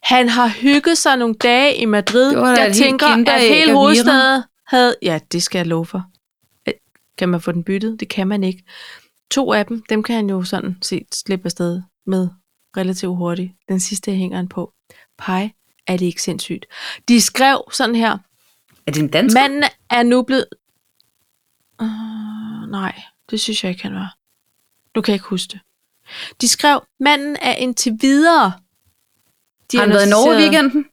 Speaker 1: Han har hygget sig nogle dage i Madrid.
Speaker 2: Det var da
Speaker 1: Jeg
Speaker 2: et helt
Speaker 1: tænker, at
Speaker 2: kinderæg
Speaker 1: hele
Speaker 2: af
Speaker 1: hovedstaden havde... Ja, det skal jeg love for. Øh, Kan man få den byttet? Det kan man ikke. To af dem, dem kan han jo sådan set slippe afsted med relativt hurtigt. Den sidste hænger han på. Pej, er det ikke sindssygt? De skrev sådan her.
Speaker 2: Er det en dansk?
Speaker 1: Manden er nu blevet... Uh, nej, det synes jeg ikke, han var. Du kan jeg ikke huske det. De skrev, manden er indtil videre...
Speaker 2: har han været i Norge i
Speaker 1: diagnosticeret-
Speaker 2: weekenden?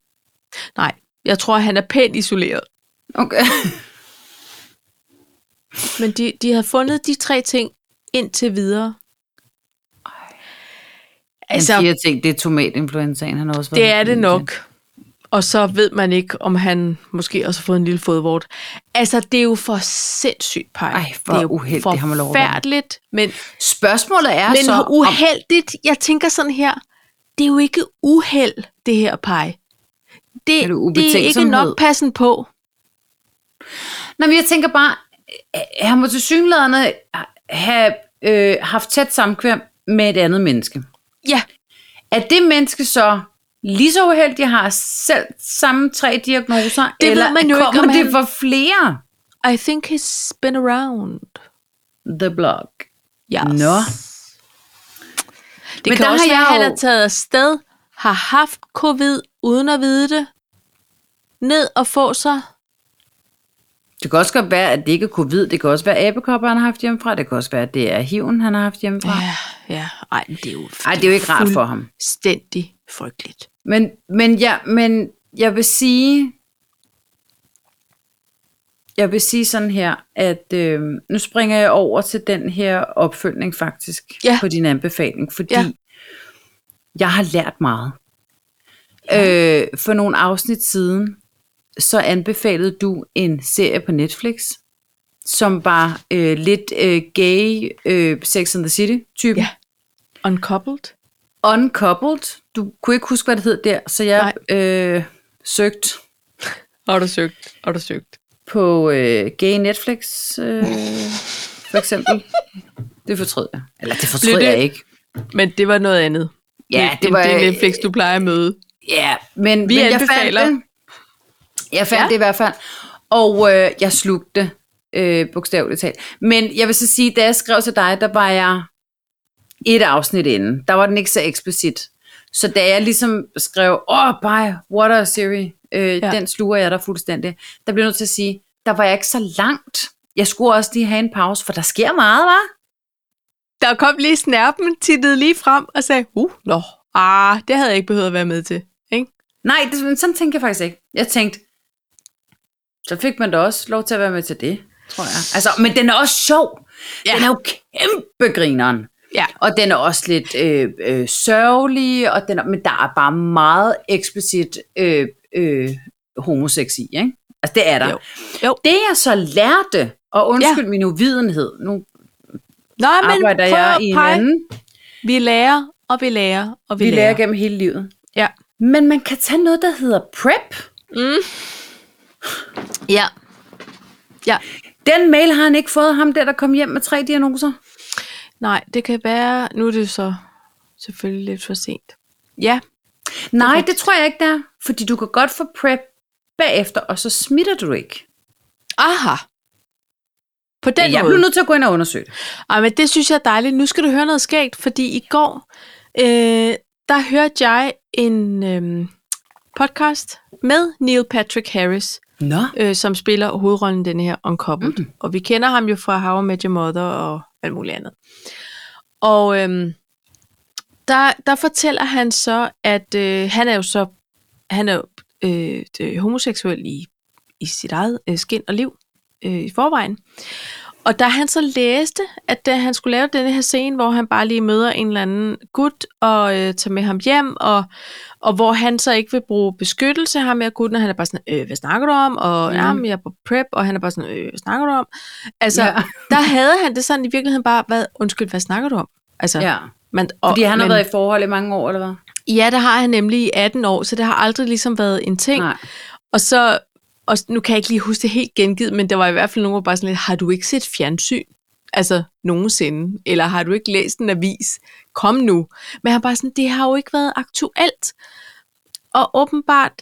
Speaker 1: Nej, jeg tror, han er pænt isoleret.
Speaker 2: Okay.
Speaker 1: Men de, de havde fundet de tre ting indtil videre.
Speaker 2: Altså,
Speaker 1: Altså,
Speaker 2: han siger ting, det er tomatinfluenzaen, han har også været
Speaker 1: det er det
Speaker 2: med.
Speaker 1: nok. Og så ved man ikke, om han måske også har fået en lille fodvort. Altså, det er jo for sindssygt, Paj.
Speaker 2: Ej, hvor
Speaker 1: det er jo
Speaker 2: uheldigt, det har man lov at være med.
Speaker 1: forfærdeligt, men
Speaker 2: Spørgsmålet er
Speaker 1: Men
Speaker 2: så,
Speaker 1: så,
Speaker 2: om,
Speaker 1: uheldigt, jeg tænker sådan her, det er jo ikke uheld, det her pej. Det, det, det er
Speaker 2: Er det
Speaker 1: ikke
Speaker 2: ubetænksomhed?
Speaker 1: nok passen på.
Speaker 2: Nå, men jeg tænker bare, øh, han må til synlæderne have øh, haft tæt samkvem med et andet menneske.
Speaker 1: Ja,
Speaker 2: Er det menneske så lige så uheldig, har selv samme tre diagnoser,
Speaker 1: Det ved
Speaker 2: eller
Speaker 1: man jo ikke,
Speaker 2: kommer
Speaker 1: om
Speaker 2: det
Speaker 1: han-
Speaker 2: for flere?
Speaker 1: I think he's been around.
Speaker 2: The Block.
Speaker 1: Yes.
Speaker 2: Nå.
Speaker 1: Det
Speaker 2: Men
Speaker 1: Men kan
Speaker 2: der
Speaker 1: også
Speaker 2: har
Speaker 1: være,
Speaker 2: jeg
Speaker 1: at han
Speaker 2: jo-
Speaker 1: er taget afsted, har haft covid uden at vide det, ned og få sig.
Speaker 2: Det kan også godt være, at det ikke er covid. Det kan også være abekopper, han har haft hjemmefra. Det kan også være, at det er hiven, han har haft hjemmefra.
Speaker 1: Ja, ja. Ej, det er jo,
Speaker 2: Ej, det er jo ikke rart for ham.
Speaker 1: Fuldstændig frygteligt.
Speaker 2: Men, men, ja, men jeg vil sige, jeg vil sige sådan her, at øh, nu springer jeg over til den her opfølgning faktisk
Speaker 1: Ja.
Speaker 2: på din anbefaling, fordi
Speaker 1: Ja.
Speaker 2: ja. jeg har lært meget. Øh, for nogle afsnit siden, så anbefalede du en serie på Netflix, som var øh, lidt øh, gay øh, Sex and the City-typen.
Speaker 1: Ja. Uncoupled?
Speaker 2: Uncoupled. Du kunne ikke huske, hvad det hed der, så jeg øh, søgte
Speaker 1: Har du søgt? Har du søgt?
Speaker 2: på øh, gay Netflix, øh, for eksempel. Det fortrød jeg. Eller det fortrød
Speaker 1: Blev det-
Speaker 2: jeg ikke.
Speaker 1: Men det var noget andet.
Speaker 2: Ja,
Speaker 1: End-
Speaker 2: det
Speaker 1: end
Speaker 2: var-
Speaker 1: det Netflix, du plejer at møde.
Speaker 2: Ja, men,
Speaker 1: Vi
Speaker 2: men jeg fandt
Speaker 1: anbefaler.
Speaker 2: det. Jeg fandt
Speaker 1: Ja.
Speaker 2: ja. det i hvert fald. Og øh, jeg slugte det, øh, bogstaveligt talt. Men jeg vil så sige, da jeg skrev til dig, der var jeg et afsnit inden. Der var den ikke så eksplicit. Så da jeg ligesom skrev, åh, oh, bye, what a series, øh,
Speaker 1: Ja.
Speaker 2: ja. den sluger jeg der fuldstændig. Der blev jeg nødt til at sige, der var jeg ikke så langt. Jeg skulle også lige have en pause, for der sker meget, var.
Speaker 1: Der kom lige snærpen, tittede lige frem og sagde, uh, nå, ah, det havde jeg ikke behøvet at være med til. Ikke?
Speaker 2: Nej, det, men sådan tænkte jeg faktisk ikke. Jeg tænkte, så fik man da også lov til at være med til det, tror jeg. Altså, men den er også sjov.
Speaker 1: Ja.
Speaker 2: Ja. Den er jo kæmpe grineren.
Speaker 1: Ja.
Speaker 2: Og den er også lidt øh, øh, sørgelig, og den er, men der er bare meget eksplicit øh, øh, homosex i, ikke? Altså, det er der.
Speaker 1: Jo. Jo.
Speaker 2: Det jeg så lærte, og undskyld ja. min uvidenhed, nu
Speaker 1: Nå, men
Speaker 2: arbejder
Speaker 1: prøv
Speaker 2: jeg
Speaker 1: at
Speaker 2: i en
Speaker 1: pege.
Speaker 2: anden.
Speaker 1: Vi lærer, og vi lærer, og vi,
Speaker 2: Vi lærer gennem hele livet.
Speaker 1: Ja.
Speaker 2: Men man kan tage noget, der hedder PrEP.
Speaker 1: ja. Ja,
Speaker 2: Den mail har han ikke fået, ham der, der kom hjem med tre diagnoser.
Speaker 1: nej, det kan være, nu er det så selvfølgelig lidt for sent. Ja,
Speaker 2: Nej, det tror jeg ikke, der. Fordi du kan godt få PrEP bagefter, og så smitter du ikke.
Speaker 1: aha. På den
Speaker 2: jeg
Speaker 1: måde.
Speaker 2: bliver nødt til at gå ind og undersøge det.
Speaker 1: Ej, men det synes jeg er dejligt. Nu skal du høre noget skægt, fordi i går, øh, der hørte jeg en øh, podcast med Neil Patrick Harris,
Speaker 2: Nå.
Speaker 1: øh, som spiller hovedrollen i den her Uncovered. Mm. Og vi kender ham jo fra How I Met Your Mother og alt muligt andet. Og øhm, der, der fortæller han så, at øh, han er jo så han er jo, øh, øh, homoseksuel i, i sit eget øh, skin og liv øh, i forvejen. Og da han så læste, at da han skulle lave denne her scene, hvor han bare lige møder en eller anden gut og øh, tager med ham hjem, og, og hvor han så ikke vil bruge beskyttelse ham med gutten, og han er bare sådan, øh, hvad snakker du om? Og
Speaker 2: Mm.
Speaker 1: mm. jamen, jeg er på prep, og han er bare sådan, øh, hvad snakker du om? Altså,
Speaker 2: Ja.
Speaker 1: ja. der havde han det sådan i virkeligheden bare, hvad, undskyld, hvad snakker du om? Altså,
Speaker 2: Ja.
Speaker 1: man,
Speaker 2: Fordi han har
Speaker 1: men-
Speaker 2: været i forhold i mange år, eller hvad?
Speaker 1: Ja, det har han nemlig i 18 år, så det har aldrig ligesom været en ting.
Speaker 2: Nej.
Speaker 1: Og så, og s- nu kan jeg ikke lige huske det helt gengivet, men der var i hvert fald nogen, der var bare sådan lidt, har du ikke set fjernsyn? altså nogensinde, eller har du ikke læst en avis? Kom nu. Men jeg er bare sådan, det har jo ikke været aktuelt. Og åbenbart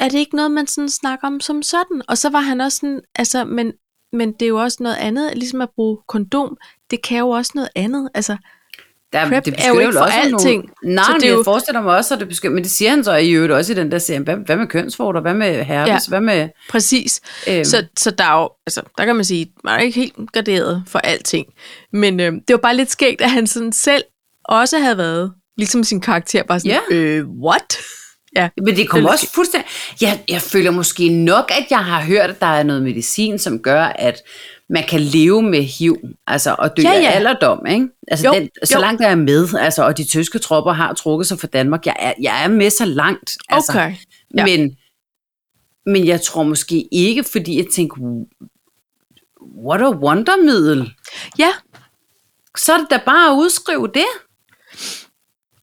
Speaker 1: er det ikke noget, man sådan snakker om som sådan. Og så var han også sådan, altså, men, men det er jo også noget andet, ligesom at bruge kondom, det kan jo også noget andet. Altså,
Speaker 2: Der,
Speaker 1: Prep er jo
Speaker 2: beskytter
Speaker 1: ikke for
Speaker 2: også nogle-
Speaker 1: alting.
Speaker 2: Nej,
Speaker 1: Så
Speaker 2: men
Speaker 1: det er
Speaker 2: jeg
Speaker 1: jo-
Speaker 2: forestiller mig også, at det beskytter. Men det siger han så i øvrigt også i den der serie. Hvad, hvad med kønsvorter? Hvad med herpes? Ja.
Speaker 1: Ja.
Speaker 2: Hvad med...
Speaker 1: præcis.
Speaker 2: Øhm,
Speaker 1: Så, så der, er jo, altså, der kan man sige, man er ikke helt garderet for alting. Men øh, det var bare lidt skægt, at han sådan selv også havde været, ligesom sin karakter, bare sådan,
Speaker 2: Ja.
Speaker 1: øh, what? [laughs] ja,
Speaker 2: Men det kommer
Speaker 1: Eller
Speaker 2: også fuldstændig... Jeg, jeg føler måske nok, at jeg har hørt, at der er noget medicin, som gør, at man kan leve med HIV, altså og dø ja,
Speaker 1: Ja,
Speaker 2: ja.
Speaker 1: ja.
Speaker 2: af alderdom, ikke? Altså,
Speaker 1: Jo,
Speaker 2: den, så
Speaker 1: jo.
Speaker 2: langt der er med, altså, og de tyske tropper har trukket sig fra Danmark. Jeg er, jeg er med så langt, altså.
Speaker 1: okay.
Speaker 2: Ja.
Speaker 1: Ja.
Speaker 2: Men, men jeg tror måske ikke, fordi jeg tænker, what a wondermiddel.
Speaker 1: Ja,
Speaker 2: Så er det da bare at udskrive det.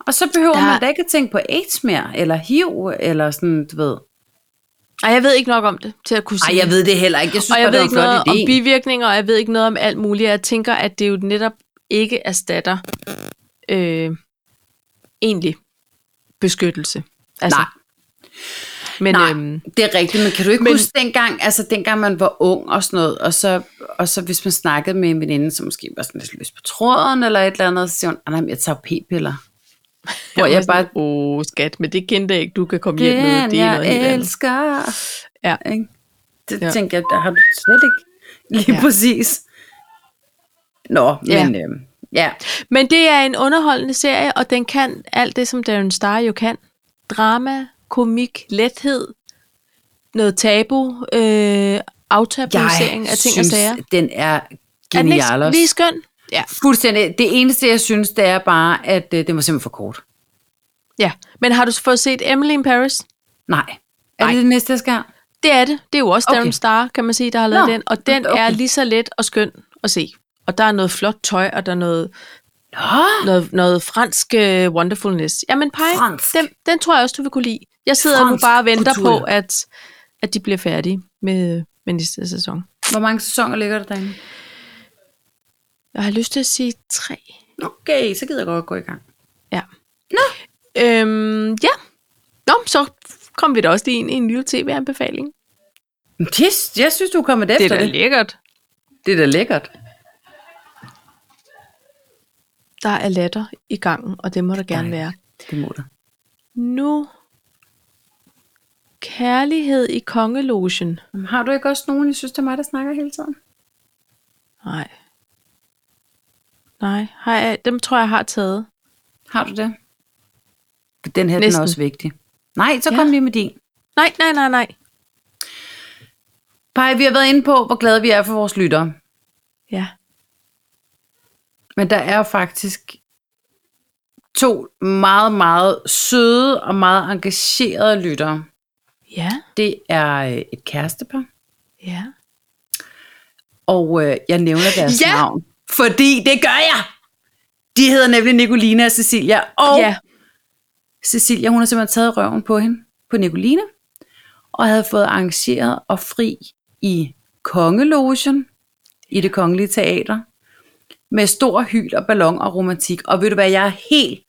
Speaker 2: Og så behøver
Speaker 1: Der-
Speaker 2: man da ikke at tænke på AIDS mere, eller HIV, eller sådan, du ved.
Speaker 1: og jeg ved ikke nok om det, til at kunne sige
Speaker 2: Nej, jeg ved det heller ikke. Jeg synes
Speaker 1: og
Speaker 2: bare,
Speaker 1: jeg
Speaker 2: det
Speaker 1: ved
Speaker 2: er en
Speaker 1: ikke
Speaker 2: flot
Speaker 1: noget
Speaker 2: idé.
Speaker 1: om bivirkninger, og jeg ved ikke noget om alt muligt. Jeg tænker, at det jo netop ikke erstatter øh, egentlig beskyttelse. Altså,
Speaker 2: Nej.
Speaker 1: men,
Speaker 2: Nej,
Speaker 1: Øhm,
Speaker 2: det er rigtigt, men kan du ikke men,
Speaker 1: Men-
Speaker 2: huske dengang, altså dengang man var ung og sådan noget, og så, og så hvis man snakkede med en veninde, som måske var sådan lidt løs på tråden eller et eller andet, så siger hun, "Ah, nej, men jeg tager jo p-piller. Hvor jeg bare,
Speaker 1: Åh, oh, skat, men det kendte jeg ikke, du kan komme hjem med.
Speaker 2: den
Speaker 1: Det er
Speaker 2: jeg
Speaker 1: noget helt andet.
Speaker 2: elsker.
Speaker 1: Ja.
Speaker 2: Ikke? Det ja.
Speaker 1: Ja.
Speaker 2: tænker jeg, der har du slet ikke lige ja.
Speaker 1: Ja.
Speaker 2: præcis. Nå,
Speaker 1: Ja.
Speaker 2: men øhm, ja.
Speaker 1: Men det er en underholdende serie, og den kan alt det, som Darren Star jo kan. Drama, komik, lethed, noget tabu, øh, aftabuisering af ting og sager.
Speaker 2: den er
Speaker 1: Er den ikke
Speaker 2: genial.
Speaker 1: lige skøn? Ja.
Speaker 2: Fuldstændig. Det eneste, jeg synes, det er bare, at øh, det var simpelthen for kort.
Speaker 1: Ja, men har du fået set Emily in Paris?
Speaker 2: Nej. Er
Speaker 1: Nej.
Speaker 2: det det næste, jeg skal?
Speaker 1: Det er det. Det er jo også
Speaker 2: Okay.
Speaker 1: okay. Darren Star, kan man sige, der har lavet
Speaker 2: Nå,
Speaker 1: den. Og den
Speaker 2: okay.
Speaker 1: okay. er lige så let og skøn at se. Og der er noget flot tøj, og der er noget,
Speaker 2: Nå,
Speaker 1: noget, noget fransk uh, wonderfulness. Jamen, Paj,
Speaker 2: Fransk.
Speaker 1: den, den tror jeg også, du vil kunne lide. Jeg sidder
Speaker 2: Fransk
Speaker 1: nu bare og venter
Speaker 2: kultur.
Speaker 1: på, at, at de bliver færdige med, med næste sæson.
Speaker 2: hvor mange sæsoner ligger der derinde?
Speaker 1: Jeg har lyst til at sige tre.
Speaker 2: Okay, så gider jeg godt gå i gang.
Speaker 1: Ja. Nå. Øhm, ja. Nå, så kom vi da også lige ind i en lille tv-anbefaling.
Speaker 2: Det, jeg synes, du er kommet
Speaker 1: Det
Speaker 2: efter
Speaker 1: er da
Speaker 2: det.
Speaker 1: lækkert.
Speaker 2: Det er da lækkert.
Speaker 1: Der er latter i gangen, og det må der gerne
Speaker 2: Dejligt.
Speaker 1: være.
Speaker 2: Det må du.
Speaker 1: Nu kærlighed i kongelogen.
Speaker 2: Jamen, Har du ikke også nogen, jeg synes, det er mig, der snakker hele tiden?
Speaker 1: Nej. Nej, har jeg, dem tror jeg har taget.
Speaker 2: Har du det? Den her, den
Speaker 1: Næsten.
Speaker 2: er også vigtig. Nej, så
Speaker 1: Ja.
Speaker 2: kom lige med din.
Speaker 1: Nej, nej, nej, nej.
Speaker 2: Pej, vi har været inde på, hvor glade vi er for vores lyttere.
Speaker 1: Ja.
Speaker 2: Men der er jo faktisk to meget, meget søde og meget engagerede lyttere.
Speaker 1: Ja,
Speaker 2: Det er øh, et kærestepar,
Speaker 1: ja.
Speaker 2: og øh, jeg nævner deres
Speaker 1: Ja!
Speaker 2: navn. Fordi det gør jeg! De hedder nemlig Nicolina og Cecilia, og
Speaker 1: Ja.
Speaker 2: Cecilia, hun har simpelthen taget røven på hende, på Nicoline, og havde fået arrangeret og fri i kongelogen i det kongelige teater, med stor hyl og ballon og romantik. Og ved du hvad, jeg er helt,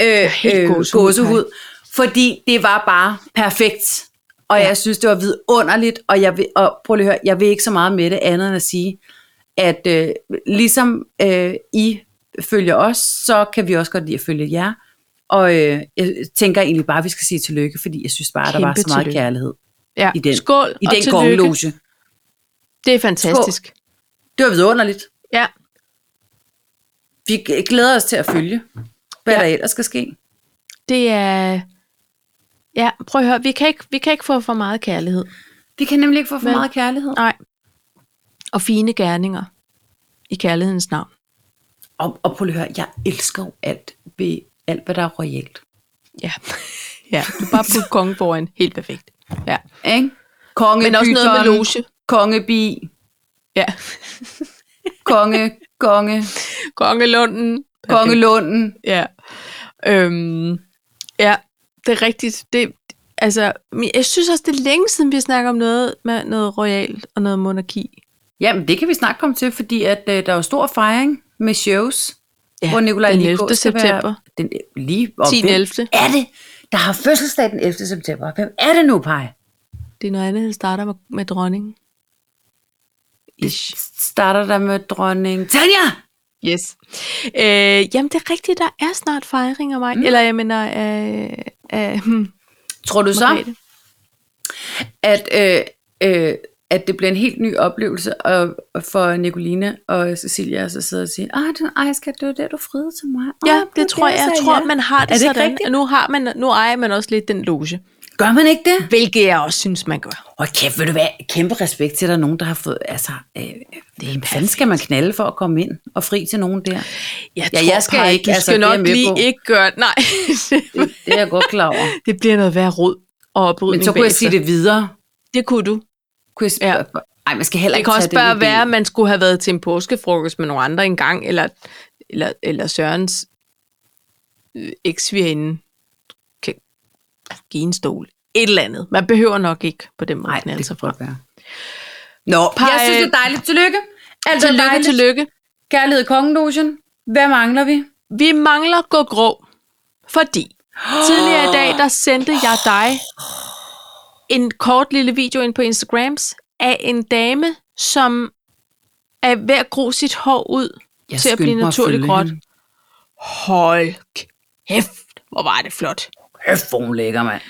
Speaker 2: øh,
Speaker 1: helt
Speaker 2: øh,
Speaker 1: gåsehud,
Speaker 2: gåsehud, fordi det var bare perfekt. Og ja. jeg synes, det var vidunderligt, og, jeg vil, og prøv lige at høre, jeg vil ikke så meget med det andet end at sige, at øh, ligesom øh, I følger os, så kan vi også godt lide at følge jer. Og øh, jeg tænker egentlig bare, at vi skal sige tillykke, fordi jeg synes bare, at der
Speaker 1: Kæmpe
Speaker 2: var så meget
Speaker 1: tillykke.
Speaker 2: kærlighed
Speaker 1: ja.
Speaker 2: i den,
Speaker 1: Skål
Speaker 2: i
Speaker 1: og
Speaker 2: den
Speaker 1: tillykke.
Speaker 2: kongeloge.
Speaker 1: Det er fantastisk. Skål.
Speaker 2: Det var vidunderligt.
Speaker 1: Ja,
Speaker 2: Vi g- glæder os til at følge, hvad ja.
Speaker 1: Ja.
Speaker 2: der ellers skal ske.
Speaker 1: det er... Ja, prøv at høre, vi kan ikke, vi kan ikke få for meget kærlighed.
Speaker 2: Vi kan nemlig ikke få for
Speaker 1: Vel.
Speaker 2: meget kærlighed.
Speaker 1: Nej. Og fine gerninger i kærlighedens navn.
Speaker 2: Og, og prøv lige at høre, jeg elsker jo alt ved alt, hvad der er royalt.
Speaker 1: Ja, ja. du bare putte kongen foran. Helt perfekt. Ja.
Speaker 2: Ikke? Konge,
Speaker 1: Men også noget med loge.
Speaker 2: Kongebi,
Speaker 1: Ja.
Speaker 2: konge, [laughs] konge,
Speaker 1: Kongelunden.
Speaker 2: kongelunden.
Speaker 1: Ja. Øhm, ja, det er rigtigt. Det, altså, men jeg synes også, det er længe siden, vi har snakket om noget med noget royalt og noget monarki.
Speaker 2: Jamen, det kan vi snart komme til, fordi at, øh, der er jo stor fejring med shows,
Speaker 1: Ja,
Speaker 2: ja, hvor Nikolaj
Speaker 1: den
Speaker 2: Likå
Speaker 1: 11.
Speaker 2: skal
Speaker 1: september.
Speaker 2: Være, den, øh, lige, og
Speaker 1: 10.
Speaker 2: hvem
Speaker 1: 11..
Speaker 2: er det, der har fødselsdag den 11. september? Hvem er det nu, Paj?
Speaker 1: Det er noget andet, han starter med, med dronningen. Ish.
Speaker 2: Starter der med dronning Tanja!
Speaker 1: Yes. Øh, jamen, det er rigtigt, der er snart fejring af mig. Mm. Eller jeg mener, øh, øh, hmm,
Speaker 2: Tror du så,
Speaker 1: Margrethe.
Speaker 2: at, øh, øh, at det bliver en helt ny oplevelse og, og for Nicoline og Cecilia, og så sidder og siger, ah, du, ej, skat, det var det, du friede til mig. Åh,
Speaker 1: Ja, det
Speaker 2: var
Speaker 1: tror jeg. Jeg
Speaker 2: sagde
Speaker 1: tror,
Speaker 2: ja.
Speaker 1: man har det,
Speaker 2: Er det ikke
Speaker 1: sådan,
Speaker 2: rigtigt?
Speaker 1: at nu, har man, nu ejer man også lidt den loge.
Speaker 2: Gør man ikke det?
Speaker 1: Hvilket jeg også synes, man gør.
Speaker 2: Og kæft, vil du være kæmpe respekt til, at der er nogen, der har fået, altså, øh, det er en fanden skal man knalde for at komme ind og fri til nogen [laughs] der.
Speaker 1: Jeg
Speaker 2: Ja, jeg skal
Speaker 1: Paj,
Speaker 2: ikke,
Speaker 1: Du
Speaker 2: altså,
Speaker 1: skal
Speaker 2: det er jeg
Speaker 1: nok
Speaker 2: med
Speaker 1: lige
Speaker 2: på.
Speaker 1: ikke gøre det. Nej,
Speaker 2: Det er jeg godt klar over.
Speaker 1: [laughs] det bliver noget værd rod og oprydning
Speaker 2: Men så kunne jeg sige det videre.
Speaker 1: Det kunne du.
Speaker 2: Kunne jeg spørge, ja. Ej, man skal heller
Speaker 1: Det
Speaker 2: ikke
Speaker 1: kan også
Speaker 2: tage
Speaker 1: bare
Speaker 2: den idé.
Speaker 1: være, at man skulle have været til en påskefrokost med nogle andre en gang, eller, eller, eller Sørens øh, eksvigerinde kan altså, give en stol. Et eller andet. Man behøver nok ikke på den måde
Speaker 2: Nej,
Speaker 1: at knalde
Speaker 2: det
Speaker 1: sig
Speaker 2: kan
Speaker 1: fra.
Speaker 2: godt være. Nå, Paj, jeg synes, det er dejligt. Tillykke. Alt er
Speaker 1: Tillykke,
Speaker 2: Altså, dejligt.
Speaker 1: tillykke.
Speaker 2: Kærlighed i kongelogen. Hvad mangler vi?
Speaker 1: Vi mangler gå grå, fordi tidligere i dag, der sendte jeg dig en kort lille video ind på Instagrams af en dame, som er ved at gro sit hår ud
Speaker 2: Jeg
Speaker 1: til at
Speaker 2: skyndte
Speaker 1: blive
Speaker 2: mig at
Speaker 1: naturligt
Speaker 2: følge
Speaker 1: gråt.
Speaker 2: hende.
Speaker 1: Hold kæft, hvor var det flot.
Speaker 2: Kæft, hvor hun lækker, mand.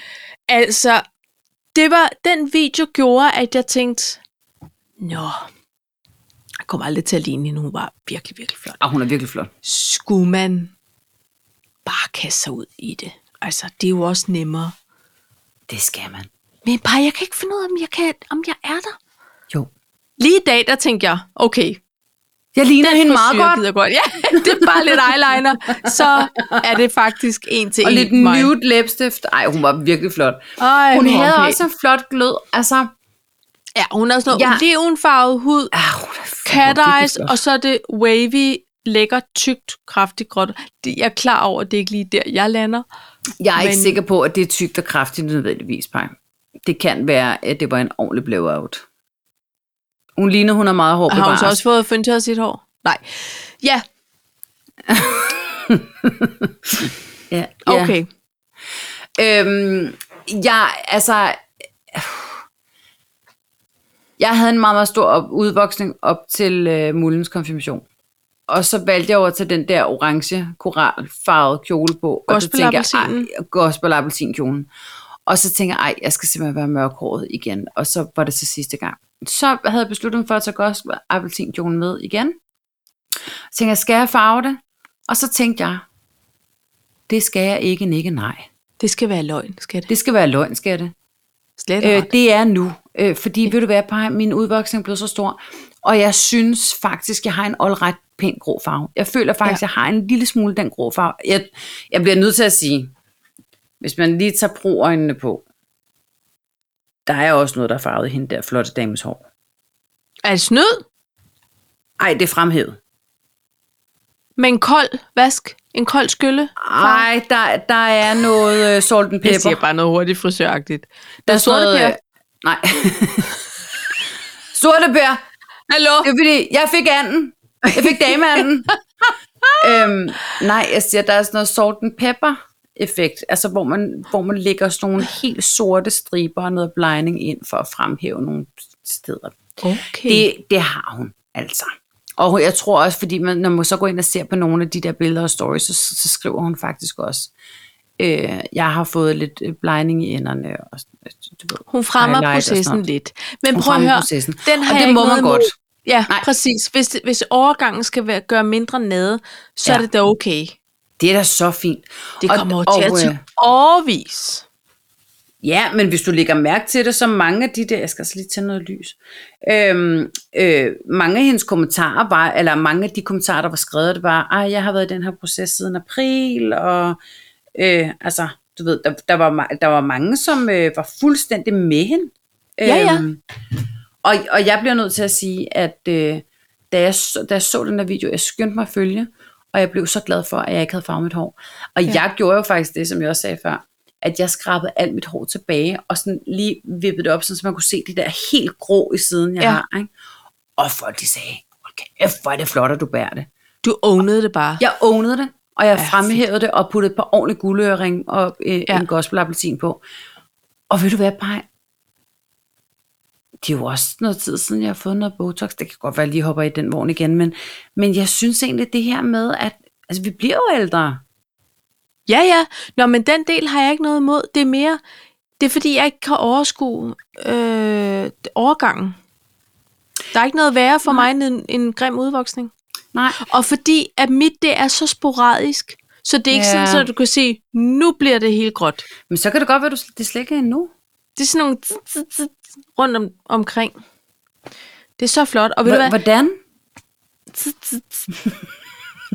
Speaker 1: Altså, det var den video gjorde, at jeg tænkte, nå, jeg kommer aldrig til at ligne hende, hun var virkelig, virkelig flot.
Speaker 2: Ah, hun er virkelig flot.
Speaker 1: skulle man bare kaste sig ud i det. Altså, det er jo også nemmere.
Speaker 2: Det skal man.
Speaker 1: Men bare, jeg kan ikke finde ud af, om jeg, kan, om jeg er der.
Speaker 2: Jo.
Speaker 1: Lige i dag, der tænkte jeg, okay,
Speaker 2: Jeg ligner hende meget
Speaker 1: frisyre
Speaker 2: godt.
Speaker 1: gider jeg godt. Ja, [laughs] det er bare lidt eyeliner, så er det faktisk en til
Speaker 2: Og
Speaker 1: en.
Speaker 2: lidt
Speaker 1: mig.
Speaker 2: nude læbstift. Ej, hun var virkelig flot.
Speaker 1: Ej,
Speaker 2: Hun havde
Speaker 1: pæn.
Speaker 2: også en flot glød. Altså,
Speaker 1: Ja, hun har sådan noget
Speaker 2: Ja.
Speaker 1: ja. levenfarvet hud,
Speaker 2: ah, hun er
Speaker 1: cat eyes,
Speaker 2: flot.
Speaker 1: og så er det wavy, lækker, tykt, kraftigt gråt. Det- Jeg er klar over, at det er ikke lige der, jeg lander.
Speaker 2: Jeg er ikke
Speaker 1: Men-
Speaker 2: sikker på, at det er tykt og kraftigt nødvendigvis, Paj. Det kan være, at det var en ordentlig blowout. Hun ligner, hun er meget hård
Speaker 1: Har hun
Speaker 2: bevares.
Speaker 1: så også fået føntørret sit hår? Nej. Ja,
Speaker 2: Ja,
Speaker 1: okay. Ja.
Speaker 2: Ja. Øhm, jeg, altså... Jeg havde en meget, meget stor op- udvoksning op til øh, Mullens konfirmation. Og så valgte jeg over til den der orange, koralfarvede kjole på. og så tænkte jeg,
Speaker 1: Gospelappelsinen.
Speaker 2: ej, Gospelappelsinkjolen. Og så tænkte jeg, ej, jeg skal simpelthen være mørkhåret igen. Og så var det så sidste gang. Så havde jeg besluttet mig for at tage gospelappelsinkjolen med igen. Så tænkte jeg, skal jeg farve det? Og så tænkte jeg, det skal jeg ikke, ikke nej.
Speaker 1: Det skal være løgn, skal det?
Speaker 2: Det skal være løgn, skal det.
Speaker 1: Slet
Speaker 2: Øh,
Speaker 1: øh,
Speaker 2: det er nu. Øh, fordi, ved du hvad, Paj, min udvoksning er blevet så stor. Og jeg synes faktisk, jeg har en ret pæn grå farve. Jeg føler faktisk,
Speaker 1: Ja.
Speaker 2: ja. jeg har en lille smule den grå farve. Jeg, jeg bliver nødt til at sige, hvis man lige tager broøjnene på, der er også noget, der er farvet i hende der flotte dames hår.
Speaker 1: Er det snyd?
Speaker 2: Ej, det er fremhævet.
Speaker 1: Med en kold vask? En kold skylle?
Speaker 2: Ej, der, der er noget øh, salt and
Speaker 1: Jeg siger
Speaker 2: pepper.
Speaker 1: bare noget hurtigt frisøragtigt.
Speaker 2: Der er
Speaker 1: sorte
Speaker 2: sådan noget,
Speaker 1: bær.
Speaker 2: øh, Nej. [laughs] sorte bær.
Speaker 1: Hallo?
Speaker 2: Det er fordi, jeg fik anden. Jeg fik
Speaker 1: [laughs]
Speaker 2: dameanden. øhm, nej, jeg siger, der er sådan noget salt and pepper effekt, altså hvor man, hvor man lægger sådan nogle helt sorte striber og noget blinding ind for at fremhæve nogle steder.
Speaker 1: Okay. Det,
Speaker 2: Det, det har hun altså. Og jeg tror også, fordi man, når man så går ind og ser på nogle af de der billeder og stories, så, så skriver hun faktisk også, øh, jeg har fået lidt øh, blinding i enderne. Og, øh, du ved,
Speaker 1: hun fremmer
Speaker 2: highlight og sådan
Speaker 1: processen
Speaker 2: noget.
Speaker 1: lidt. Men
Speaker 2: Hun
Speaker 1: prøv at
Speaker 2: fremmer
Speaker 1: høre,
Speaker 2: processen.
Speaker 1: den
Speaker 2: Og
Speaker 1: har
Speaker 2: det
Speaker 1: jeg ikke
Speaker 2: må man
Speaker 1: noget imod.
Speaker 2: godt.
Speaker 1: Ja,
Speaker 2: Nej.
Speaker 1: Nej. præcis. Hvis, det- hvis overgangen skal være, gøre mindre nade, så ja. er
Speaker 2: Ja.
Speaker 1: det da okay.
Speaker 2: Det er da så fint.
Speaker 1: Det kommer
Speaker 2: og,
Speaker 1: jo til at
Speaker 2: og, øh,
Speaker 1: tage overvis.
Speaker 2: Ja, men hvis du lægger mærke til det, så mange af de der, jeg skal altså lige tage noget lys, øhm, øh, mange af hendes kommentarer var, eller mange af de kommentarer, der var skrevet, det var, ej, jeg har været i den her proces siden april, og øh, altså, du ved, der, der, var, ma- der var mange, som øh, var fuldstændig med hende.
Speaker 1: Ja, ja.
Speaker 2: Øhm, og, og jeg bliver nødt til at sige, at øh, da, jeg, så- da jeg så den der video, jeg skyndte mig at følge, og jeg blev så glad for, at jeg ikke havde farvet mit hår. Og ja. jeg gjorde jo faktisk det, som jeg også sagde før, at jeg skrabede alt mit hår tilbage, og sådan lige vippede det op, sådan, så man kunne se det der helt grå i siden, jeg
Speaker 1: Ja.
Speaker 2: ja. har. Ikke? Og folk de sagde, "Hold kæft, hvor er det flot, at du bærer det.
Speaker 1: Du ownede det bare.
Speaker 2: Jeg ownede det, og jeg
Speaker 1: Ja,
Speaker 2: ja, fremhævede det, og puttede et par ordentlige guldøring og øh,
Speaker 1: Ja.
Speaker 2: ja. en gospelappelsin på. Og ved du hvad, Paj? Det er jo også noget tid siden, jeg har fået noget Botox. Det kan godt være, at jeg lige hopper i den vogn igen, men, men jeg synes egentlig det her med, at altså, vi bliver jo ældre.
Speaker 1: Ja, ja. Nå, men den del har jeg ikke noget imod. Det er mere, det er fordi, jeg ikke kan overskue øh, overgangen. Der er ikke noget værre for mig end en, en grim udvoksning.
Speaker 2: Nej,
Speaker 1: Og fordi, at mit det er så sporadisk, så det er ikke
Speaker 2: Ja.
Speaker 1: sådan, at du kan sige, nu bliver det helt gråt.
Speaker 2: men så kan det godt være, at du sl- det slet ikke er endnu.
Speaker 1: Det er sådan nogle tss, tss, tss rundt om, omkring. Det er så flot. Og ved du hvad?
Speaker 2: H- hvordan?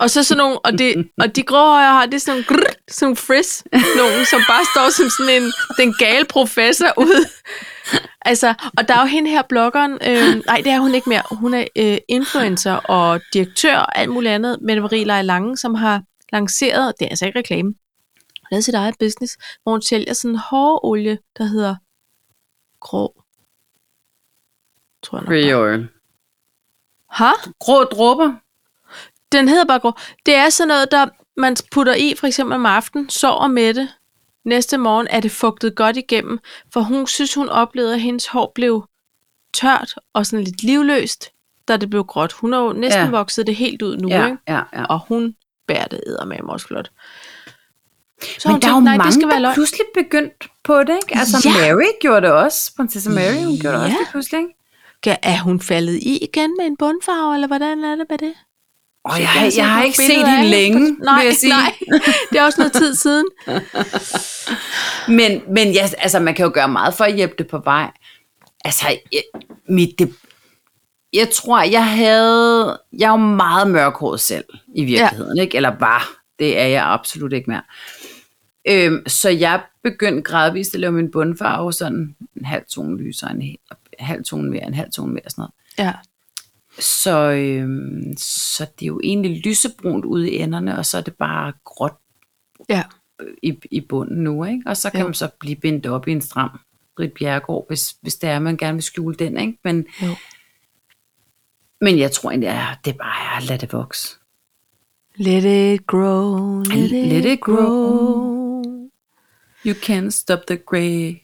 Speaker 1: Og så sådan nogle, og, det, og de grå øjer har, det er sådan nogle, grrr, sådan nogle frizz, nogen, som bare står som sådan en, den gale professor ude. Altså, og der er jo hende her, bloggeren, øh, nej, det er hun ikke mere, hun er øh, influencer og direktør og alt muligt andet, Mette Marie Leje Lange, som har lanceret, det er altså ikke reklame, hun har lavet sit eget business, hvor hun sælger sådan en hårolie, der hedder grå. Tror jeg nok. bare.
Speaker 2: Creole.
Speaker 1: Ha?
Speaker 2: Grå dråber.
Speaker 1: Den hedder bare grå. Det er sådan noget, der man putter i for eksempel om aftenen, sover med det. Næste morgen er det fugtet godt igennem, for hun synes, hun oplevede, at hendes hår blev tørt og sådan lidt livløst, da det blev gråt. Hun har jo næsten ja.
Speaker 2: Ja.
Speaker 1: vokset det helt ud nu, ja.
Speaker 2: Ja,
Speaker 1: ikke?
Speaker 2: ja, ja.
Speaker 1: og hun bærer det eddermame også flot. Så har
Speaker 2: Men
Speaker 1: hun
Speaker 2: der er jo
Speaker 1: tænkt,
Speaker 2: mange,
Speaker 1: det skal være
Speaker 2: der
Speaker 1: løgn.
Speaker 2: pludselig begyndt på det, ikke? Altså,
Speaker 1: Ja.
Speaker 2: ja. Mary gjorde det også. Prinsesse Mary, hun gjorde det også
Speaker 1: Ja.
Speaker 2: lige pludselig, ikke?
Speaker 1: Kan- Er hun faldet i igen med en bundfarve, eller hvordan er det med det?
Speaker 2: Og
Speaker 1: Så
Speaker 2: jeg, jeg,
Speaker 1: sådan
Speaker 2: jeg har
Speaker 1: nogle
Speaker 2: ikke
Speaker 1: billeder
Speaker 2: set
Speaker 1: af
Speaker 2: hende længe,
Speaker 1: på- Nej,
Speaker 2: vil jeg sige.
Speaker 1: nej, det er også noget tid siden.
Speaker 2: Men, men ja, altså, man kan jo gøre meget for at hjælpe det på vej. Altså, jeg, mit, det, jeg tror, jeg havde... Jeg er jo meget mørkhåret selv, i virkeligheden, ja. ikke? Eller var. Det er jeg absolut ikke mere. Øhm, så jeg begyndte gradvist at lave min bundfarve sådan en halv tone lysere, en hel- halv tone mere, en halv tone mere, sådan noget.
Speaker 1: Ja.
Speaker 2: Så, øhm, så det er jo egentlig lysebrunt ude i enderne, og så er det bare gråt
Speaker 1: ja.
Speaker 2: i, i bunden nu, ikke? Og så kan
Speaker 1: Jo.
Speaker 2: jo. man så blive bindt op i en stram Rit Bjerregaard, hvis, hvis det er, man gerne vil skjule den, ikke? Men,
Speaker 1: Jo.
Speaker 2: men jeg tror egentlig, at det bare er at lade det vokse.
Speaker 1: Let it grow, let, it
Speaker 2: Let it
Speaker 1: grow.
Speaker 2: grow. You can't stop the grey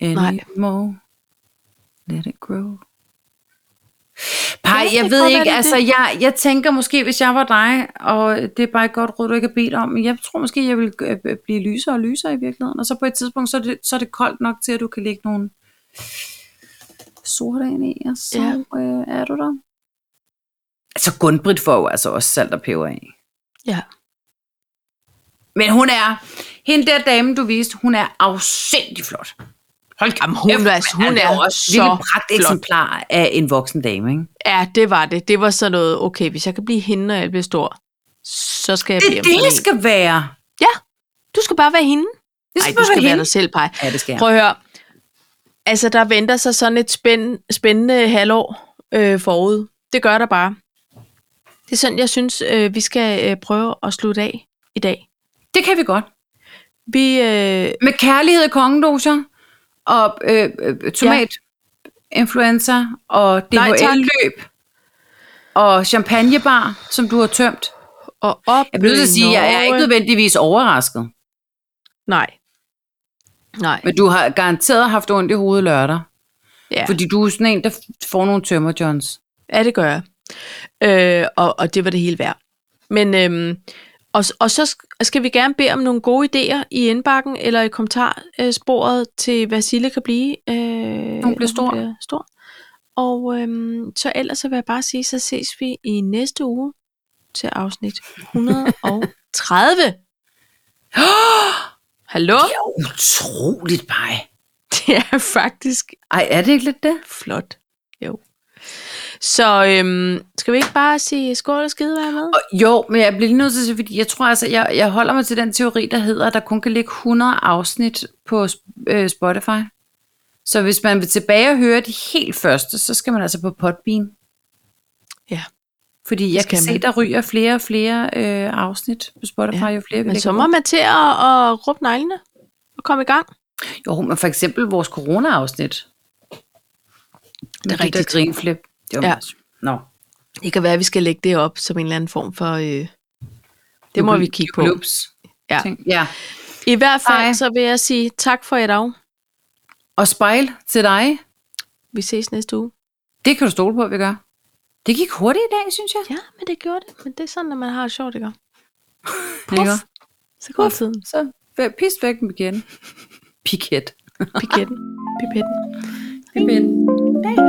Speaker 2: anymore. Nej. Let it grow. Pej,
Speaker 1: Ja,
Speaker 2: jeg
Speaker 1: det
Speaker 2: ved
Speaker 1: kan
Speaker 2: ikke,
Speaker 1: være, det er
Speaker 2: altså jeg, jeg tænker måske, hvis jeg var dig, og det er bare et godt råd, du ikke har bedt om, men jeg tror måske, jeg vil øh, blive lysere og lysere i virkeligheden, og så på et tidspunkt, så er det, så er det koldt nok til, at du kan lægge nogle sorte ind i, og så
Speaker 1: Ja.
Speaker 2: ja. øh, er du der. Altså Gunbrit får jo altså også salt og peber af.
Speaker 1: Ja.
Speaker 2: Men hun er, hende der dame, du viste, hun er afsindig flot. Hold
Speaker 1: Jamen, hun er- hun
Speaker 2: altså,
Speaker 1: er
Speaker 2: jo også
Speaker 1: så
Speaker 2: virkelig pragt
Speaker 1: flot.
Speaker 2: eksemplar af en voksen dame, ikke?
Speaker 1: ja, det var det. Det var sådan noget, okay, hvis jeg kan blive hende, når jeg bliver stor, så skal jeg
Speaker 2: Det
Speaker 1: blive
Speaker 2: er det,
Speaker 1: omkring
Speaker 2: jeg
Speaker 1: en.
Speaker 2: skal være.
Speaker 1: Du skal bare være hende.
Speaker 2: Det
Speaker 1: Nej,
Speaker 2: skal,
Speaker 1: du skal være
Speaker 2: hende.
Speaker 1: dig selv, Paj.
Speaker 2: Ja, det skal jeg.
Speaker 1: Prøv at høre. Altså, der venter sig sådan et spænd, spændende halvår øh, forud. Det gør der bare. Det er sådan, jeg synes, øh, vi skal øh, prøve at slutte af i dag.
Speaker 2: Det kan vi godt.
Speaker 1: Vi, øh,
Speaker 2: Med kærlighed og kongedoser, og øh, øh, tomat, ja. influenza, og
Speaker 1: Nej, tak.
Speaker 2: DHL-løb, og champagnebar, som du har tømt.
Speaker 1: og op
Speaker 2: Jeg bliver nødt til at sige, at jeg er ikke nødvendigvis overrasket,
Speaker 1: Nej. Nej,
Speaker 2: men du har garanteret haft ondt i hovedet lørdag,
Speaker 1: ja.
Speaker 2: fordi du er sådan en, der f- får nogle tømmer, Johns.
Speaker 1: Ja, det gør jeg. Øh, og, og det var det hele værd. Men, øhm, og, og så sk- skal vi gerne bede om nogle gode idéer i indbakken eller i kommentarsporet til, hvad Sille kan blive. Øh, når
Speaker 2: bliver stor.
Speaker 1: bliver stor. Og øhm, så ellers så vil jeg bare sige, så ses vi i næste uge til afsnit 130. [gasps] Hallo?
Speaker 2: Det er utroligt, bare.
Speaker 1: Det er faktisk
Speaker 2: Ej, er det ikke lidt det?
Speaker 1: flot. Jo. Så øhm, skal vi ikke bare sige skål og skide være med?
Speaker 2: Og, jo, men jeg bliver lige nødt til at sige, fordi jeg tror altså, jeg, jeg holder mig til den teori, der hedder, at der kun kan ligge 100 afsnit på øh, Spotify. Så hvis man vil tilbage og høre de helt første, så skal man altså på Podbean.
Speaker 1: Ja.
Speaker 2: Fordi jeg
Speaker 1: skal
Speaker 2: kan se,
Speaker 1: man.
Speaker 2: der ryger flere og flere øh, afsnit på Spotify,
Speaker 1: Ja,
Speaker 2: ja. jo flere vi
Speaker 1: Men
Speaker 2: lægger
Speaker 1: så
Speaker 2: ud.
Speaker 1: må man til at, at råbe neglene og komme i gang.
Speaker 2: Jo, men for eksempel vores corona-afsnit. Det
Speaker 1: rigtigt.
Speaker 2: Det der grinflip. Det var
Speaker 1: Ja.
Speaker 2: meget sjovt. Nå.
Speaker 1: Det kan være, at vi skal lægge det op som en eller anden form for... Øh, det må vi kigge på.
Speaker 2: Jubelups.
Speaker 1: Ja.
Speaker 2: Ting. ja.
Speaker 1: I hvert fald
Speaker 2: Ej.
Speaker 1: så vil jeg sige tak for i dag.
Speaker 2: Og spejl til dig.
Speaker 1: Vi ses næste uge.
Speaker 2: Det kan du stole på, at vi gør. Det gik hurtigt i dag, synes jeg.
Speaker 1: Ja, men det gjorde det. Men det er sådan, at man har det sjovt, ikke?
Speaker 2: Ikke?
Speaker 1: Puff. Så går tiden.
Speaker 2: Så væ- pis væk med igen. Piket.
Speaker 1: Pipetten. Pipetten.
Speaker 2: Piket. Hej.